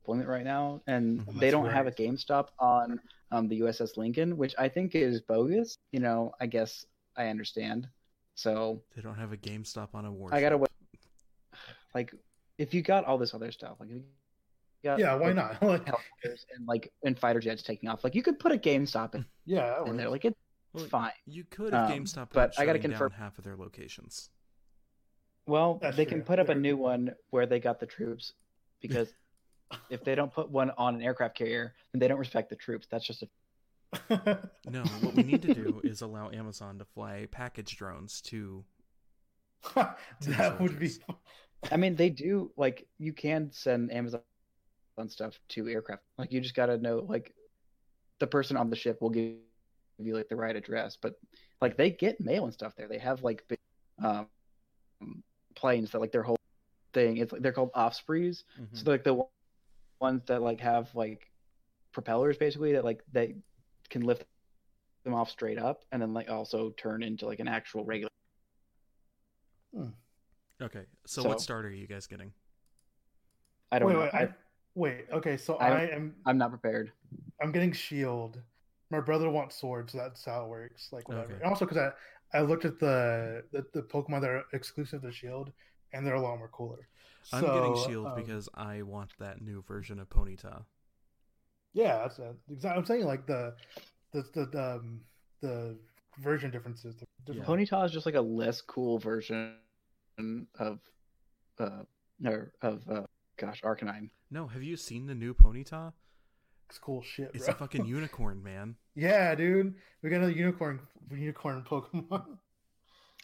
Speaker 4: deployment right now, and
Speaker 3: Mhm.
Speaker 4: they
Speaker 5: That's
Speaker 4: don't have a
Speaker 5: right.
Speaker 4: GameStop on um, the USS Lincoln, which I think is bogus. You know, I guess I understand. So,
Speaker 3: they don't have a GameStop on a warship.
Speaker 4: I gotta wait. like, if you got all this other stuff, like, if you got
Speaker 5: yeah, why
Speaker 4: like,
Speaker 5: not? (laughs) Like,
Speaker 4: helicopters and like and fighter jets taking off, like, you could put a GameStop in,
Speaker 5: yeah, that
Speaker 4: in
Speaker 5: (laughs)
Speaker 4: there.
Speaker 5: works.
Speaker 4: Like, it's
Speaker 3: Well,
Speaker 4: fine.
Speaker 3: You could if
Speaker 4: Um,
Speaker 3: GameStop, weren't
Speaker 4: but I gotta
Speaker 3: shutting down
Speaker 4: confirm-
Speaker 3: half of their locations.
Speaker 4: Well,
Speaker 5: That's
Speaker 4: they
Speaker 5: true.
Speaker 4: can put up a
Speaker 5: Yeah.
Speaker 4: new one where they got the troops because if they don't put one on an aircraft carrier, then they don't respect the troops. That's just a
Speaker 3: No, what we need to
Speaker 4: (laughs)
Speaker 3: do is allow Amazon to fly package drones to.
Speaker 5: that would be.
Speaker 4: I mean, they do like you can send Amazon stuff to aircraft. Like you just got to know like the person on the ship will give you like the right address, but like they get mail and stuff there. They have like big um planes that like their whole thing it's like they're called ospreys
Speaker 3: Hmm.
Speaker 4: So like the o- ones that like have like propellers basically that like they can lift them off straight up and then like also turn into like an actual regular.
Speaker 3: Okay, so,
Speaker 4: So-
Speaker 3: what starter are you guys getting?
Speaker 4: I don't
Speaker 5: Wait,
Speaker 4: know.
Speaker 5: wait,
Speaker 4: I,
Speaker 5: I, wait. Okay, so
Speaker 4: I
Speaker 5: I,
Speaker 4: don't-
Speaker 5: am.
Speaker 4: I'm not prepared.
Speaker 5: I'm getting shield. My brother wants swords. that's how it works. Like whatever.
Speaker 3: Okay.
Speaker 5: And also because I, I looked at the, the the Pokemon that are exclusive to Shield, and they're a lot more cooler.
Speaker 3: I'm
Speaker 5: So,
Speaker 3: getting Shield
Speaker 5: um,
Speaker 3: because I want that new version of Ponyta.
Speaker 5: yeah, that's uh, exactly. I'm saying like the the the um, the version differences. The
Speaker 3: Yeah.
Speaker 5: different
Speaker 4: Ponyta is just like a less cool version of uh or of uh gosh Arcanine.
Speaker 3: No, have you seen the new Ponyta?
Speaker 5: cool shit.
Speaker 3: It's
Speaker 5: bro.
Speaker 3: a fucking unicorn, man.
Speaker 5: (laughs) Yeah, dude, we got another unicorn unicorn Pokemon. (laughs)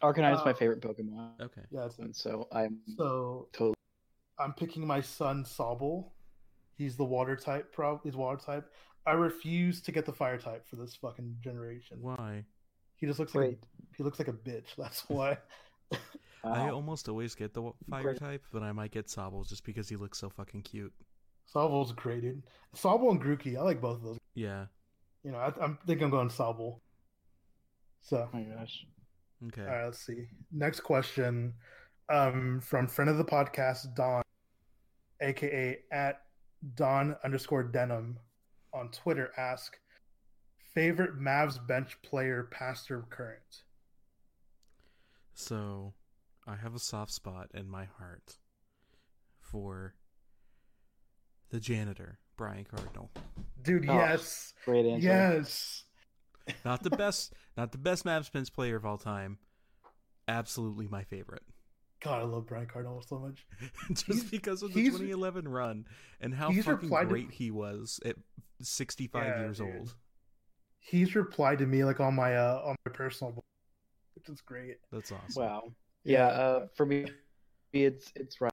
Speaker 4: Arcanine is my
Speaker 5: Uh,
Speaker 4: favorite Pokemon,
Speaker 3: Okay,
Speaker 5: yeah, it's
Speaker 4: and so I'm
Speaker 5: so
Speaker 4: totally
Speaker 5: I'm picking my son Sobble He's the water type. Probably he's water type. I refuse to get the fire type for this fucking generation.
Speaker 3: Why?
Speaker 5: He just looks like a,
Speaker 4: Wait.
Speaker 5: he looks like a bitch. (laughs) That's why.
Speaker 3: I
Speaker 4: Wow.
Speaker 3: almost always get the wa- fire
Speaker 4: Great.
Speaker 3: type, but I might get Sobble just because he looks so fucking cute.
Speaker 5: Sobel's great, dude. Sobel and Grookey. I like both of those.
Speaker 3: Yeah.
Speaker 5: You know, I, I'm think I'm going Sobel. So,
Speaker 4: Oh my gosh.
Speaker 3: Okay.
Speaker 5: all right, let's see. Next question, um, from friend of the podcast Don, aka at Don underscore Denim on Twitter. Ask favorite Mavs bench player, past or current.
Speaker 3: So, I have a soft spot in my heart for the janitor, Brian Cardinal.
Speaker 5: Dude,
Speaker 4: Oh.
Speaker 5: yes,
Speaker 4: Great answer.
Speaker 5: yes.
Speaker 3: Not the best, (laughs) not the best Mavs Spence player of all time. Absolutely my favorite. (laughs)
Speaker 5: God, I love Brian Cardinal so much.
Speaker 3: just
Speaker 5: He's-
Speaker 3: because of the
Speaker 5: he's-
Speaker 3: 2011 run and how
Speaker 5: he's
Speaker 3: fucking
Speaker 5: replied to-
Speaker 3: great he was at 65
Speaker 5: Yeah,
Speaker 3: years
Speaker 5: dude.
Speaker 3: old.
Speaker 5: He's replied to me like on my uh on my personal, bo- which is great.
Speaker 3: That's awesome.
Speaker 4: Wow. Yeah. Uh, for me, it's it's right.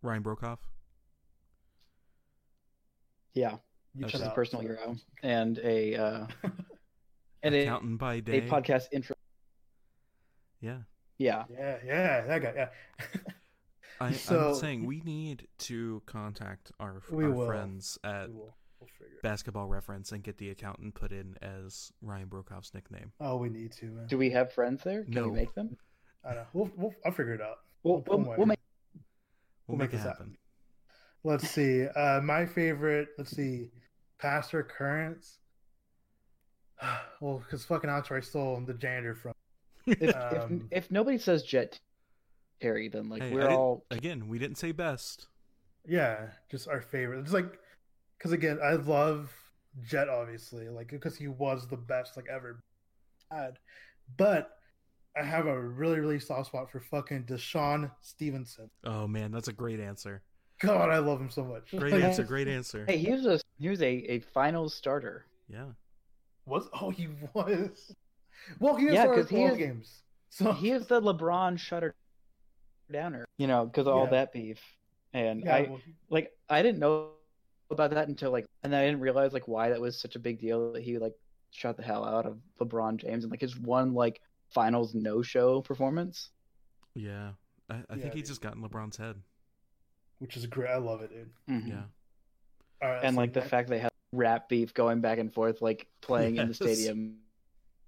Speaker 3: Ryan Brokoff.
Speaker 4: Yeah,
Speaker 5: you
Speaker 3: that's
Speaker 5: shut
Speaker 4: just a
Speaker 5: up.
Speaker 4: personal hero and a uh, and a,
Speaker 3: Accountant by
Speaker 4: a
Speaker 3: day.
Speaker 4: podcast intro.
Speaker 3: yeah.
Speaker 4: Yeah.
Speaker 5: (laughs) Yeah, yeah, that guy. Yeah,
Speaker 3: I,
Speaker 5: So-
Speaker 3: I'm saying we need to contact our,
Speaker 5: We
Speaker 3: our
Speaker 5: will.
Speaker 3: friends at
Speaker 5: we will. We'll figure. It.
Speaker 3: Basketball Reference and get the accountant put in as Ryan Brokoff's nickname.
Speaker 5: Oh, we need to. Man.
Speaker 4: Do we have friends there? Can
Speaker 3: No.
Speaker 4: we make them?
Speaker 5: I don't know. We'll, we'll, I'll figure it out.
Speaker 4: We'll, we'll,
Speaker 5: We'll- we'll
Speaker 4: we'll make
Speaker 3: We'll,
Speaker 5: We'll
Speaker 3: make,
Speaker 5: make
Speaker 3: it
Speaker 5: this
Speaker 3: happen.
Speaker 5: Let's see. Uh, my favorite. Let's see. Past or currents. (sighs) Well, because fucking Alex Rice stole the janitor from.
Speaker 4: if,
Speaker 5: Um,
Speaker 4: if if nobody says Jet Terry, then like
Speaker 3: Hey, I
Speaker 4: we're
Speaker 3: didn't-
Speaker 4: all
Speaker 3: Again, we didn't say best.
Speaker 5: Yeah, just our favorite. Just like, because again, I love Jet obviously, like because he was the best like ever had. But I have a really really soft spot for fucking Deshaun Stevenson.
Speaker 3: Oh man, that's a great
Speaker 5: (laughs)
Speaker 3: answer.
Speaker 5: God, I love him so much.
Speaker 3: Great
Speaker 5: Like,
Speaker 3: answer. Great answer.
Speaker 4: hey. He was a he was a a finals starter.
Speaker 3: Yeah.
Speaker 5: Was oh he was. Well, he is
Speaker 4: Yeah,
Speaker 5: yeah,
Speaker 4: 'cause he
Speaker 5: all
Speaker 4: is-
Speaker 5: games. So
Speaker 4: He is the LeBron shutter downer. You know, because of all
Speaker 5: Yeah.
Speaker 4: that beef, and
Speaker 5: (laughs) yeah,
Speaker 4: I
Speaker 5: well,
Speaker 4: like I didn't know about that until like, and then I didn't realize like why that was such a big deal that he like shot the hell out of LeBron James and like his one like finals no show performance.
Speaker 3: Yeah. I, I
Speaker 5: Yeah,
Speaker 3: think he
Speaker 5: dude.
Speaker 3: just got in LeBron's head.
Speaker 5: which is great. I love it, dude.
Speaker 4: Mhm.
Speaker 3: Yeah.
Speaker 5: All right,
Speaker 4: and
Speaker 5: so
Speaker 4: like the
Speaker 5: next-
Speaker 4: fact they had rap beef going back and forth, like playing in the
Speaker 3: Yes.
Speaker 4: stadium,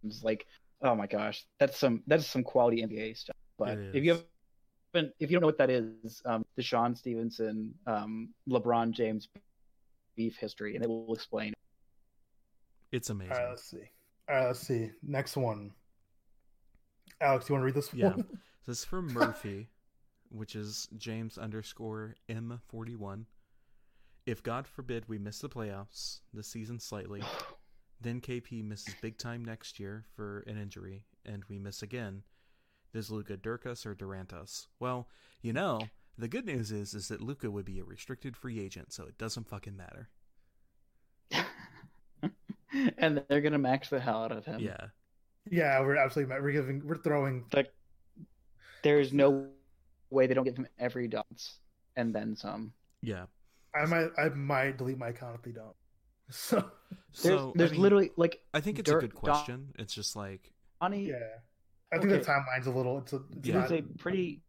Speaker 4: was like, oh my gosh, that's some that's some quality NBA stuff. But
Speaker 3: It
Speaker 4: if you
Speaker 3: is.
Speaker 4: haven't, if you don't know what that is, um, Deshaun Stevenson, um, LeBron James beef history, and it (laughs) will explain.
Speaker 3: It's
Speaker 5: All
Speaker 3: amazing.
Speaker 5: right, let's see. All right, let's see. Next one. Alex, you want to read this
Speaker 3: Yeah.
Speaker 5: one? (laughs)
Speaker 3: So this is from Murphy, which is James underscore M forty one. If God forbid we miss the playoffs this season slightly, then KP misses big time next year for an injury, and we miss again. Does Luca dirk us or Durant us? Well, you know, the good news is is that Luca would be a restricted free agent, so it doesn't fucking matter.
Speaker 4: and they're gonna max the hell out of him.
Speaker 3: Yeah.
Speaker 5: Yeah, we're absolutely we're giving we're throwing
Speaker 4: like there is no way they don't give him every dance and then some.
Speaker 3: Yeah.
Speaker 5: I might I might delete my account if they don't. (laughs) So
Speaker 4: There's,
Speaker 3: So I
Speaker 4: there's
Speaker 3: mean,
Speaker 4: literally like
Speaker 3: I think it's
Speaker 4: Dirk-
Speaker 3: a good
Speaker 4: Don-
Speaker 3: question. It's just like
Speaker 4: Ani
Speaker 5: yeah. I think
Speaker 4: Okay.
Speaker 5: the timeline's a little it's a it's
Speaker 3: Yeah.
Speaker 4: It
Speaker 5: not,
Speaker 4: is a pretty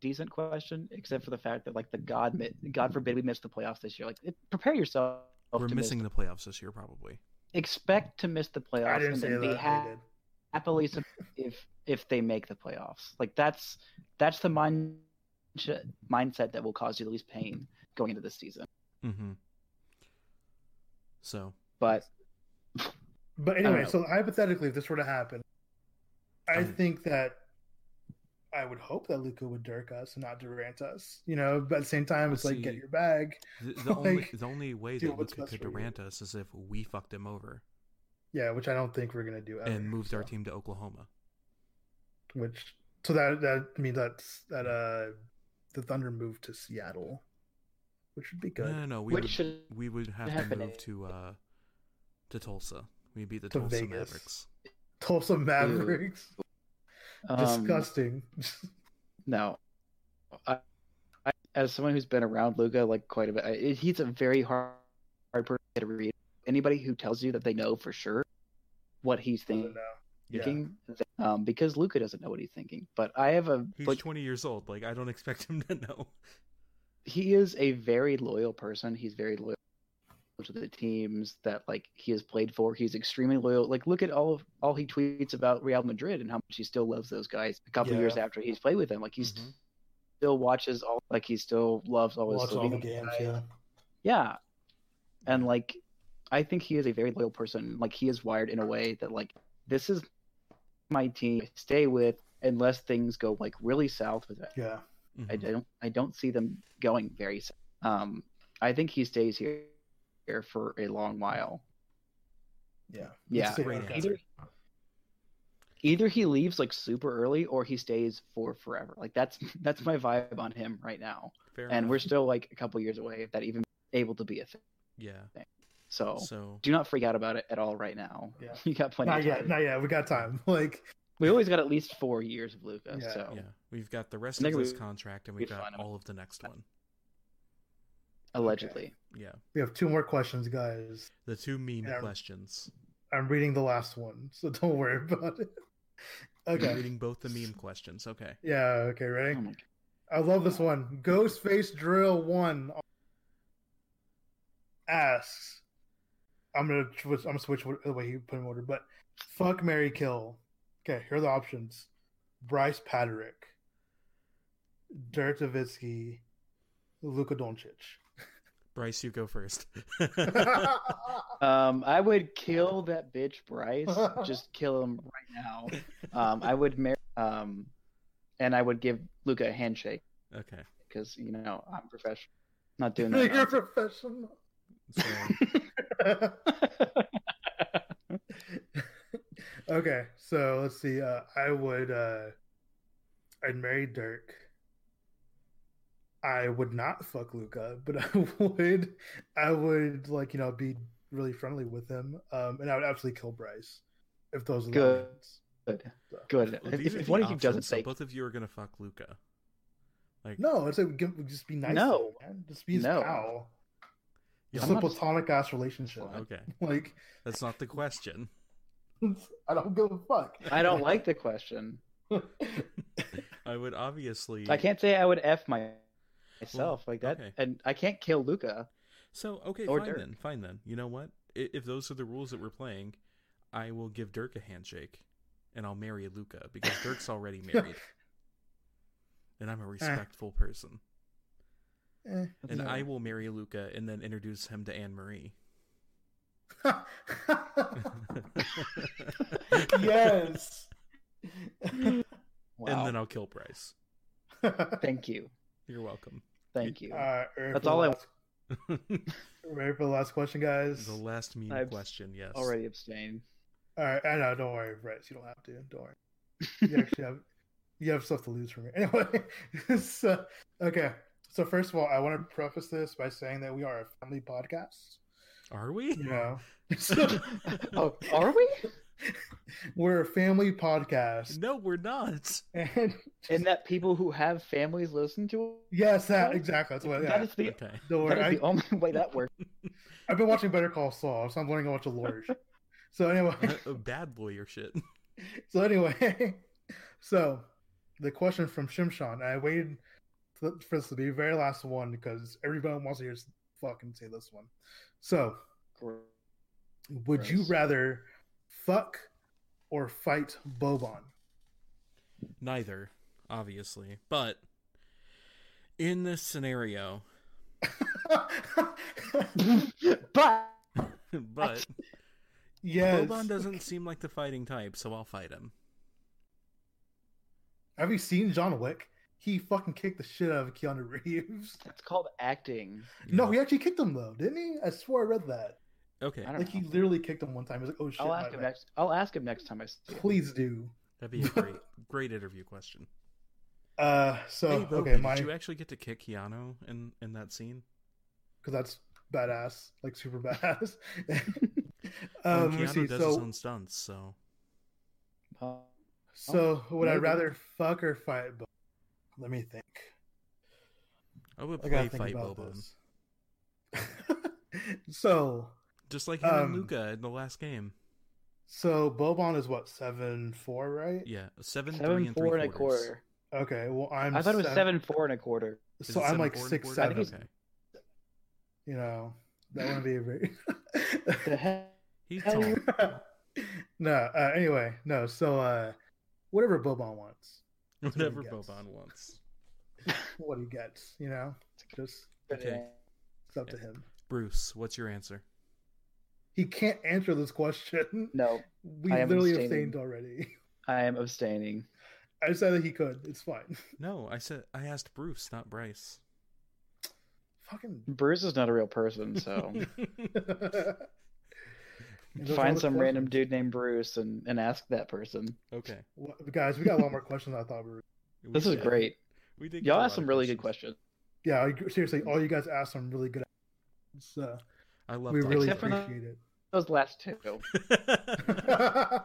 Speaker 4: decent question, except for the fact that like the God, mi- God forbid we miss the playoffs this year. Like, it, prepare yourself.
Speaker 3: we're
Speaker 4: to
Speaker 3: missing
Speaker 4: Miss,
Speaker 3: the playoffs this year, probably.
Speaker 4: expect to miss the playoffs,
Speaker 5: I didn't
Speaker 4: and
Speaker 5: say
Speaker 4: then
Speaker 5: that.
Speaker 4: be
Speaker 5: they
Speaker 4: ha-
Speaker 5: did.
Speaker 4: happily sup- if if they make the playoffs. Like that's that's the mind mindset that will cause you the least pain going into this season.
Speaker 3: Mm-hmm. So
Speaker 4: But
Speaker 5: But
Speaker 4: don't
Speaker 5: anyway,
Speaker 4: know.
Speaker 5: so hypothetically if this were to happen, I
Speaker 3: Um,
Speaker 5: think that I would hope that Luca would dirk us and not Durant us. You know, but at the same time it's like get
Speaker 3: See,
Speaker 5: your bag.
Speaker 3: The, the
Speaker 5: (laughs)
Speaker 3: only
Speaker 5: Like,
Speaker 3: the only way
Speaker 5: dude,
Speaker 3: that
Speaker 5: what's
Speaker 3: Luca
Speaker 5: best
Speaker 3: could
Speaker 5: for you?
Speaker 3: Durant us is if we fucked him over
Speaker 5: Yeah, which I don't think we're gonna do ever,
Speaker 3: and moved our
Speaker 5: so-
Speaker 3: team to Oklahoma.
Speaker 5: Which so that that I mean that's that uh the Thunder moved to Seattle. Which would be
Speaker 3: No,
Speaker 5: good.
Speaker 3: no, no. We
Speaker 4: which
Speaker 3: would,
Speaker 4: should
Speaker 3: we would have to
Speaker 4: happen
Speaker 3: move to uh to Tulsa. We beat the
Speaker 5: To
Speaker 3: Tulsa
Speaker 5: Vegas.
Speaker 3: Mavericks.
Speaker 5: Tulsa Mavericks.
Speaker 4: (laughs) um,
Speaker 5: (laughs) Disgusting.
Speaker 4: No, I, I as someone who's been around Luca like quite a bit, it, he's a very hard, hard person to read. Anybody who tells you that they know for sure what he's thinking, thinking um, because Luca doesn't know what he's thinking. But I have a
Speaker 3: He's
Speaker 4: like,
Speaker 3: 20 years old. Like, I don't expect him to know.
Speaker 4: he is a very loyal person. He's very loyal to the teams that like he has played for. He's extremely loyal. Like look at all of all he tweets about Real Madrid and how much he still loves those guys a couple
Speaker 5: Yeah. Mm-hmm.
Speaker 4: years after he's played with them. Like he's
Speaker 3: Mhm.
Speaker 4: still watches all like he still loves all his
Speaker 5: Watch all the
Speaker 4: Slovenian
Speaker 5: games.
Speaker 4: guys.
Speaker 5: Yeah.
Speaker 4: Yeah. And like I think he is a very loyal person. Like he is wired in a way that like this is my team I stay with unless things go like really south with it.
Speaker 5: Yeah.
Speaker 4: I
Speaker 3: Mhm.
Speaker 4: don't I don't see them going very south. Um I think he stays here here for a long while.
Speaker 5: Yeah.
Speaker 4: Yeah.
Speaker 5: Let's see
Speaker 3: Great
Speaker 5: how it
Speaker 3: answer.
Speaker 5: goes.
Speaker 4: Either he leaves like super early or he stays for forever. Like that's (laughs) that's my vibe on him right now.
Speaker 3: (laughs) Fair
Speaker 4: And
Speaker 3: enough.
Speaker 4: we're still like a couple years away if that even able to be a thing.
Speaker 3: Yeah.
Speaker 4: So
Speaker 3: So,
Speaker 4: Oh. do not freak out about it at all right now.
Speaker 5: Yeah.
Speaker 4: (laughs) You got plenty
Speaker 5: Not
Speaker 4: of
Speaker 5: yet.
Speaker 4: time.
Speaker 5: Not yet. We got time. (laughs) Like,
Speaker 4: We always got at least four years of Luca.
Speaker 5: Yeah.
Speaker 4: So
Speaker 3: yeah. We've got the rest
Speaker 4: I
Speaker 3: of
Speaker 4: think
Speaker 3: this
Speaker 4: we-
Speaker 3: contract and
Speaker 4: we
Speaker 3: we've got
Speaker 4: find him.
Speaker 3: all of the next one.
Speaker 4: allegedly.
Speaker 3: Yeah.
Speaker 5: we have two more questions, guys.
Speaker 3: The two mean
Speaker 5: Yeah.
Speaker 3: questions.
Speaker 5: I'm reading the last one, so (laughs) don't worry about it.
Speaker 3: You're
Speaker 5: Okay.
Speaker 3: reading both the
Speaker 4: (laughs)
Speaker 3: meme questions. Okay.
Speaker 5: Yeah. Okay. Ready?
Speaker 4: Oh my God.
Speaker 5: I love this one. Ghostface Drill One asks, "I'm gonna switch, I'm gonna switch what- the way you put in order, but fuck Mary Kill. Okay, here are the options: Bryce Patrick, Dirk Nowitzki, Luka Doncic. (laughs)
Speaker 3: Bryce, you go
Speaker 4: (laughs)
Speaker 3: first. (laughs)
Speaker 4: Um, I would kill that bitch
Speaker 5: (laughs)
Speaker 4: Bryce. just kill him right now. Um, I would marry. Um, and I would give Luca a handshake
Speaker 3: okay.
Speaker 4: because you know I'm professional. Not doing that.
Speaker 5: You're a
Speaker 4: nonsense.
Speaker 5: professional.
Speaker 3: So,
Speaker 5: okay, so let's see. Uh, I would, uh, I'd marry Dirk. I would not fuck Luca, but (laughs) I would, I would like you know be really friendly with him, um, and I would absolutely kill Bryce if those are the
Speaker 4: Good.
Speaker 5: options.
Speaker 4: (laughs) Good. Good.
Speaker 3: well, these
Speaker 4: if
Speaker 3: are
Speaker 4: if
Speaker 3: the
Speaker 4: one of you doesn't
Speaker 3: options, so
Speaker 4: say,
Speaker 3: both of you are gonna fuck Luca. Like
Speaker 5: No, it's like give- just be nice. to
Speaker 4: No.
Speaker 5: him, man. just be his
Speaker 4: No.
Speaker 5: pal.
Speaker 3: Yeah,
Speaker 5: It's
Speaker 4: I'm
Speaker 5: a
Speaker 4: not-
Speaker 5: platonic ass relationship.
Speaker 3: (laughs) Okay,
Speaker 5: (laughs) Like
Speaker 3: that's not the question.
Speaker 5: I don't give a fuck.
Speaker 4: I don't
Speaker 5: (laughs)
Speaker 4: like the question.
Speaker 3: I would obviously.
Speaker 4: I can't say I would f my myself like that,
Speaker 3: okay.
Speaker 4: and I can't kill Luca.
Speaker 3: So okay,
Speaker 4: Or
Speaker 3: fine
Speaker 4: Dirk.
Speaker 3: then. Fine then. You know what? I- If those are the rules that we're playing, I will give Dirk a handshake, and I'll marry Luca because Dirk's
Speaker 4: (laughs)
Speaker 3: already married, and
Speaker 4: Ah.
Speaker 3: I'm a respectful person.
Speaker 5: Eh.
Speaker 3: And I will marry Luca and then introduce him to Anne Marie. (laughs)
Speaker 5: (laughs) yes.
Speaker 4: Wow.
Speaker 3: And then I'll kill Bryce.
Speaker 4: Thank you.
Speaker 3: You're welcome.
Speaker 4: Thank you.
Speaker 5: Alright, ready
Speaker 4: That's
Speaker 5: for the
Speaker 4: all I-
Speaker 5: last-
Speaker 3: the
Speaker 5: Ready for the last question, guys?
Speaker 3: last meme
Speaker 4: I've
Speaker 3: question. Yes.
Speaker 4: Already
Speaker 5: (laughs)
Speaker 4: abstained.
Speaker 5: All right, I know. Don't worry, Bryce. You don't have to. Don't worry. You actually have you have stuff to lose from me (laughs) anyway. so, okay. So first of all, I want to preface this by saying that we are a family podcast.
Speaker 3: Are we?
Speaker 4: (laughs)
Speaker 5: You know,
Speaker 4: oh, are we?
Speaker 5: we're a family podcast,
Speaker 3: No, we're not.
Speaker 5: and
Speaker 4: And that people who have families listen to it.
Speaker 5: yes, that exactly. That's what.
Speaker 4: That
Speaker 5: Yeah.
Speaker 4: is the,
Speaker 3: Okay. (laughs)
Speaker 5: Don't
Speaker 4: that
Speaker 5: worry.
Speaker 4: is
Speaker 5: I,
Speaker 4: the only way that works. (laughs)
Speaker 5: I've been watching Better Call Saul, so I'm learning a bunch of lore. shit. So anyway,
Speaker 4: Uh-huh.
Speaker 3: Uh, Bad lawyer shit.
Speaker 5: so anyway, (laughs) so the question from Shimshan, and I waited for for this to be the very last one because everyone wants to hear us fucking say this one. So, would you
Speaker 4: Gross.
Speaker 5: rather fuck or fight Boban? (laughs)
Speaker 3: Neither, obviously. But in this scenario, (laughs)
Speaker 4: but
Speaker 3: but
Speaker 5: yes.
Speaker 3: Boban doesn't seem like the fighting type, so I'll fight him.
Speaker 5: Have you seen John Wick? He fucking kicked the shit out of Keanu (laughs) Reeves.
Speaker 4: that's called acting.
Speaker 5: No, he actually kicked him though, didn't he? I swear I read that.
Speaker 3: Okay.
Speaker 4: I don't
Speaker 5: Like he
Speaker 4: know.
Speaker 5: literally kicked him one time. He was like, "Oh shit!"
Speaker 4: I'll
Speaker 5: my
Speaker 4: ask him
Speaker 5: bad.
Speaker 4: next. I'll ask him next time I see him.
Speaker 5: Please do.
Speaker 3: That'd
Speaker 5: (laughs)
Speaker 3: be a great, great interview question.
Speaker 5: Uh, so
Speaker 3: Hey, Boban,
Speaker 5: okay, my
Speaker 3: did you actually get to kick Keanu in in that scene?
Speaker 5: because that's badass, like super badass. (laughs)
Speaker 3: Well,
Speaker 5: um, let me
Speaker 3: Keanu
Speaker 5: see.
Speaker 3: does
Speaker 5: So,
Speaker 3: his own stunts, so
Speaker 4: Oh,
Speaker 5: so would I
Speaker 4: maybe.
Speaker 5: rather fuck or fight? Bo- Let me think.
Speaker 3: I would
Speaker 5: I gotta
Speaker 3: play
Speaker 5: think
Speaker 3: fight
Speaker 5: about
Speaker 3: Boban.
Speaker 5: this. (laughs) so,
Speaker 3: Just like him and
Speaker 5: Um,
Speaker 3: Luca in the last game.
Speaker 5: so Boban is what seven four, right?
Speaker 3: Yeah, seven, three,
Speaker 4: Seven
Speaker 3: and
Speaker 4: four
Speaker 3: three
Speaker 4: and a
Speaker 3: quarters.
Speaker 4: quarter.
Speaker 5: Okay. Well, I'm.
Speaker 4: I thought it was seven four and a quarter.
Speaker 3: Is
Speaker 5: So
Speaker 3: it
Speaker 5: I'm
Speaker 3: seven,
Speaker 5: like
Speaker 3: four and
Speaker 5: six
Speaker 3: quarters?
Speaker 5: seven.
Speaker 4: think he's-
Speaker 3: Okay.
Speaker 5: You
Speaker 3: (laughs)
Speaker 5: know, that wouldn't be a
Speaker 4: The
Speaker 5: very.
Speaker 4: heck?
Speaker 3: He's
Speaker 4: Hell
Speaker 3: tall.
Speaker 5: (laughs) no. Uh, anyway, no. So, uh, whatever Boban wants, what
Speaker 3: (laughs)
Speaker 5: he
Speaker 3: Whatever
Speaker 5: gets.
Speaker 3: Boban wants.
Speaker 5: what he gets, you know, just
Speaker 3: Okay.
Speaker 5: it's up to
Speaker 3: Yeah.
Speaker 5: him.
Speaker 3: Bruce, what's your answer?
Speaker 5: He can't answer this question.
Speaker 4: No,
Speaker 5: (laughs) We
Speaker 4: I am
Speaker 5: literally
Speaker 4: abstaining.
Speaker 5: abstained already. (laughs)
Speaker 4: I am abstaining.
Speaker 5: I said that he could. It's fine. (laughs)
Speaker 3: No, I said I asked Bruce, not Bryce.
Speaker 5: Fucking
Speaker 4: (laughs) Bruce is not a real person,
Speaker 3: (laughs)
Speaker 4: so
Speaker 5: And those are all
Speaker 4: find
Speaker 5: the
Speaker 4: some random
Speaker 5: questions.
Speaker 4: dude named Bruce and, and ask that person.
Speaker 5: (laughs)
Speaker 3: okay.
Speaker 5: Wha- guys. We got a lot more questions. than I thought we were.
Speaker 3: We
Speaker 4: This is
Speaker 3: did-
Speaker 4: great.
Speaker 3: We did. get
Speaker 4: Y'all
Speaker 3: a lot
Speaker 4: asked some
Speaker 3: of
Speaker 4: really good questions.
Speaker 5: Yeah, I- seriously, all you guys asked some really good. So
Speaker 3: I love
Speaker 5: we really
Speaker 4: Except for the-
Speaker 5: appreciate it.
Speaker 4: Those last two.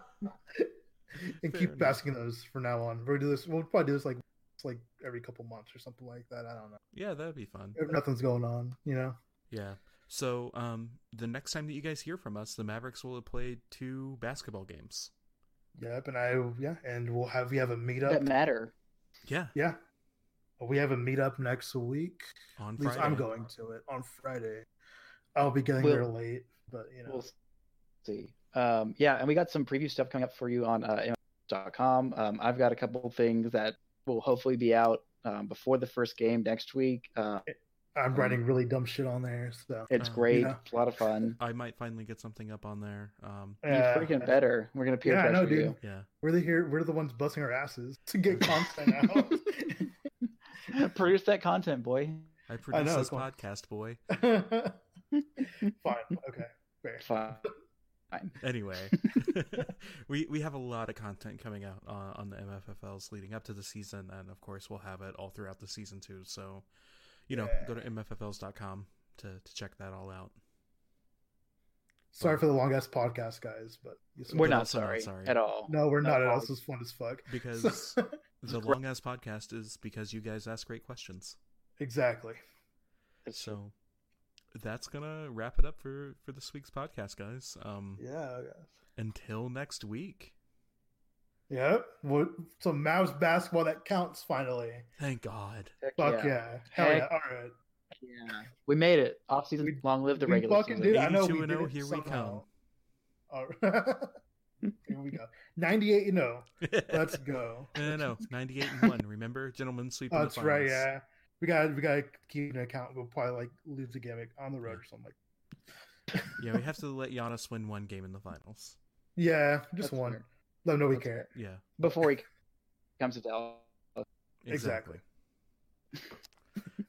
Speaker 5: (laughs) and
Speaker 3: Fair
Speaker 5: keep
Speaker 3: enough.
Speaker 5: asking those from now on. We'll do this. We'll probably do this like it's like every couple months or something like that. I don't know.
Speaker 3: (laughs) yeah, that'd be
Speaker 5: (laughs)
Speaker 3: fun.
Speaker 5: If nothing's going on, you know.
Speaker 3: Yeah. So, um, the next time that you guys hear from us, the Mavericks will have played two basketball games.
Speaker 5: Yep. And I yeah, and we'll have we have a
Speaker 4: That
Speaker 5: meetup.
Speaker 4: matter.
Speaker 3: Yeah,
Speaker 5: yeah, we have a meetup next week.
Speaker 3: on
Speaker 5: At least
Speaker 3: Friday.
Speaker 5: I'm going to it on Friday. I'll be getting
Speaker 4: We'll-
Speaker 5: there late, but you know.
Speaker 4: We'll see. Um, yeah, and we got some preview stuff coming up for you on uh, MLB.com. Um, I've got a couple things that will hopefully be out um, before the first game next week. Uh,
Speaker 5: I'm
Speaker 4: um,
Speaker 5: writing really dumb shit on there, so
Speaker 4: it's
Speaker 3: Oh,
Speaker 4: great.
Speaker 5: yeah.
Speaker 4: It's a lot of fun.
Speaker 5: (laughs)
Speaker 3: I might finally get something up on there. Um,
Speaker 4: You freaking better. We're gonna peer
Speaker 5: Yeah, I
Speaker 4: pressure
Speaker 5: know, dude.
Speaker 4: you.
Speaker 3: yeah.
Speaker 5: We're the here. We're the ones busting our asses to
Speaker 4: (laughs)
Speaker 5: get content out. (laughs)
Speaker 4: Produce that content, boy.
Speaker 3: I produced
Speaker 5: know,
Speaker 3: this
Speaker 5: come on.
Speaker 3: podcast, boy.
Speaker 5: Fine. Okay. Fair.
Speaker 4: Fine.
Speaker 3: Anyway, (laughs) we we have a lot of content coming out uh, on the MFFLs leading up to the season, and of course we'll have it all throughout the season too. So, you know,
Speaker 5: Yeah.
Speaker 3: go to mffls.com to to check that all
Speaker 5: (laughs)
Speaker 3: out.
Speaker 5: Sorry for the long ass podcast, guys, but yes,
Speaker 4: We're
Speaker 3: But
Speaker 4: not
Speaker 3: also not
Speaker 4: sorry,
Speaker 3: sorry.
Speaker 4: at all.
Speaker 5: No, we're
Speaker 4: No,
Speaker 5: not at all.
Speaker 4: no.
Speaker 5: This is fun as fuck.
Speaker 3: Because the
Speaker 4: great.
Speaker 3: long ass podcast is because you guys ask great questions.
Speaker 5: (laughs) exactly.
Speaker 4: It's-
Speaker 3: So that's gonna wrap it up for for this week's podcast, guys. Um,
Speaker 5: Yeah. I guess.
Speaker 3: until next week.
Speaker 5: Yep. What? So Mavs basketball that counts finally.
Speaker 3: Thank God.
Speaker 4: heck
Speaker 5: Fuck yeah. Hell
Speaker 4: Heck
Speaker 5: yeah. All right.
Speaker 4: yeah. We made it. Off season,
Speaker 5: We-
Speaker 4: long live the
Speaker 5: we
Speaker 4: regular
Speaker 5: fucking
Speaker 4: season.
Speaker 5: did. I know we
Speaker 3: 82 and
Speaker 5: did
Speaker 3: 0,
Speaker 5: it
Speaker 3: here we
Speaker 5: somehow.
Speaker 3: come.
Speaker 5: All right. (laughs) here we go. 98 and 0. Let's go.
Speaker 3: (laughs) No, no, no. 98 and 1. Remember? Gentlemen sleep in
Speaker 5: That's
Speaker 3: the
Speaker 5: right.
Speaker 3: finals.
Speaker 5: Yeah, we got we got to keep an account. We'll probably like lose a gimmick on the road or something. Like,
Speaker 3: Yeah, we have to let Giannis win one game in the finals.
Speaker 5: yeah, just
Speaker 4: That's
Speaker 5: one.
Speaker 4: fair.
Speaker 5: Let them know we
Speaker 4: That's
Speaker 5: care.
Speaker 3: Yeah,
Speaker 4: Before he comes to Dallas.
Speaker 3: exactly.
Speaker 5: Exactly.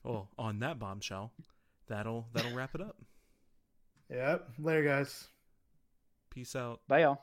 Speaker 3: well, on that bombshell, that'll that'll wrap it up.
Speaker 5: Yep. Later, guys.
Speaker 3: Peace out.
Speaker 4: Bye, y'all.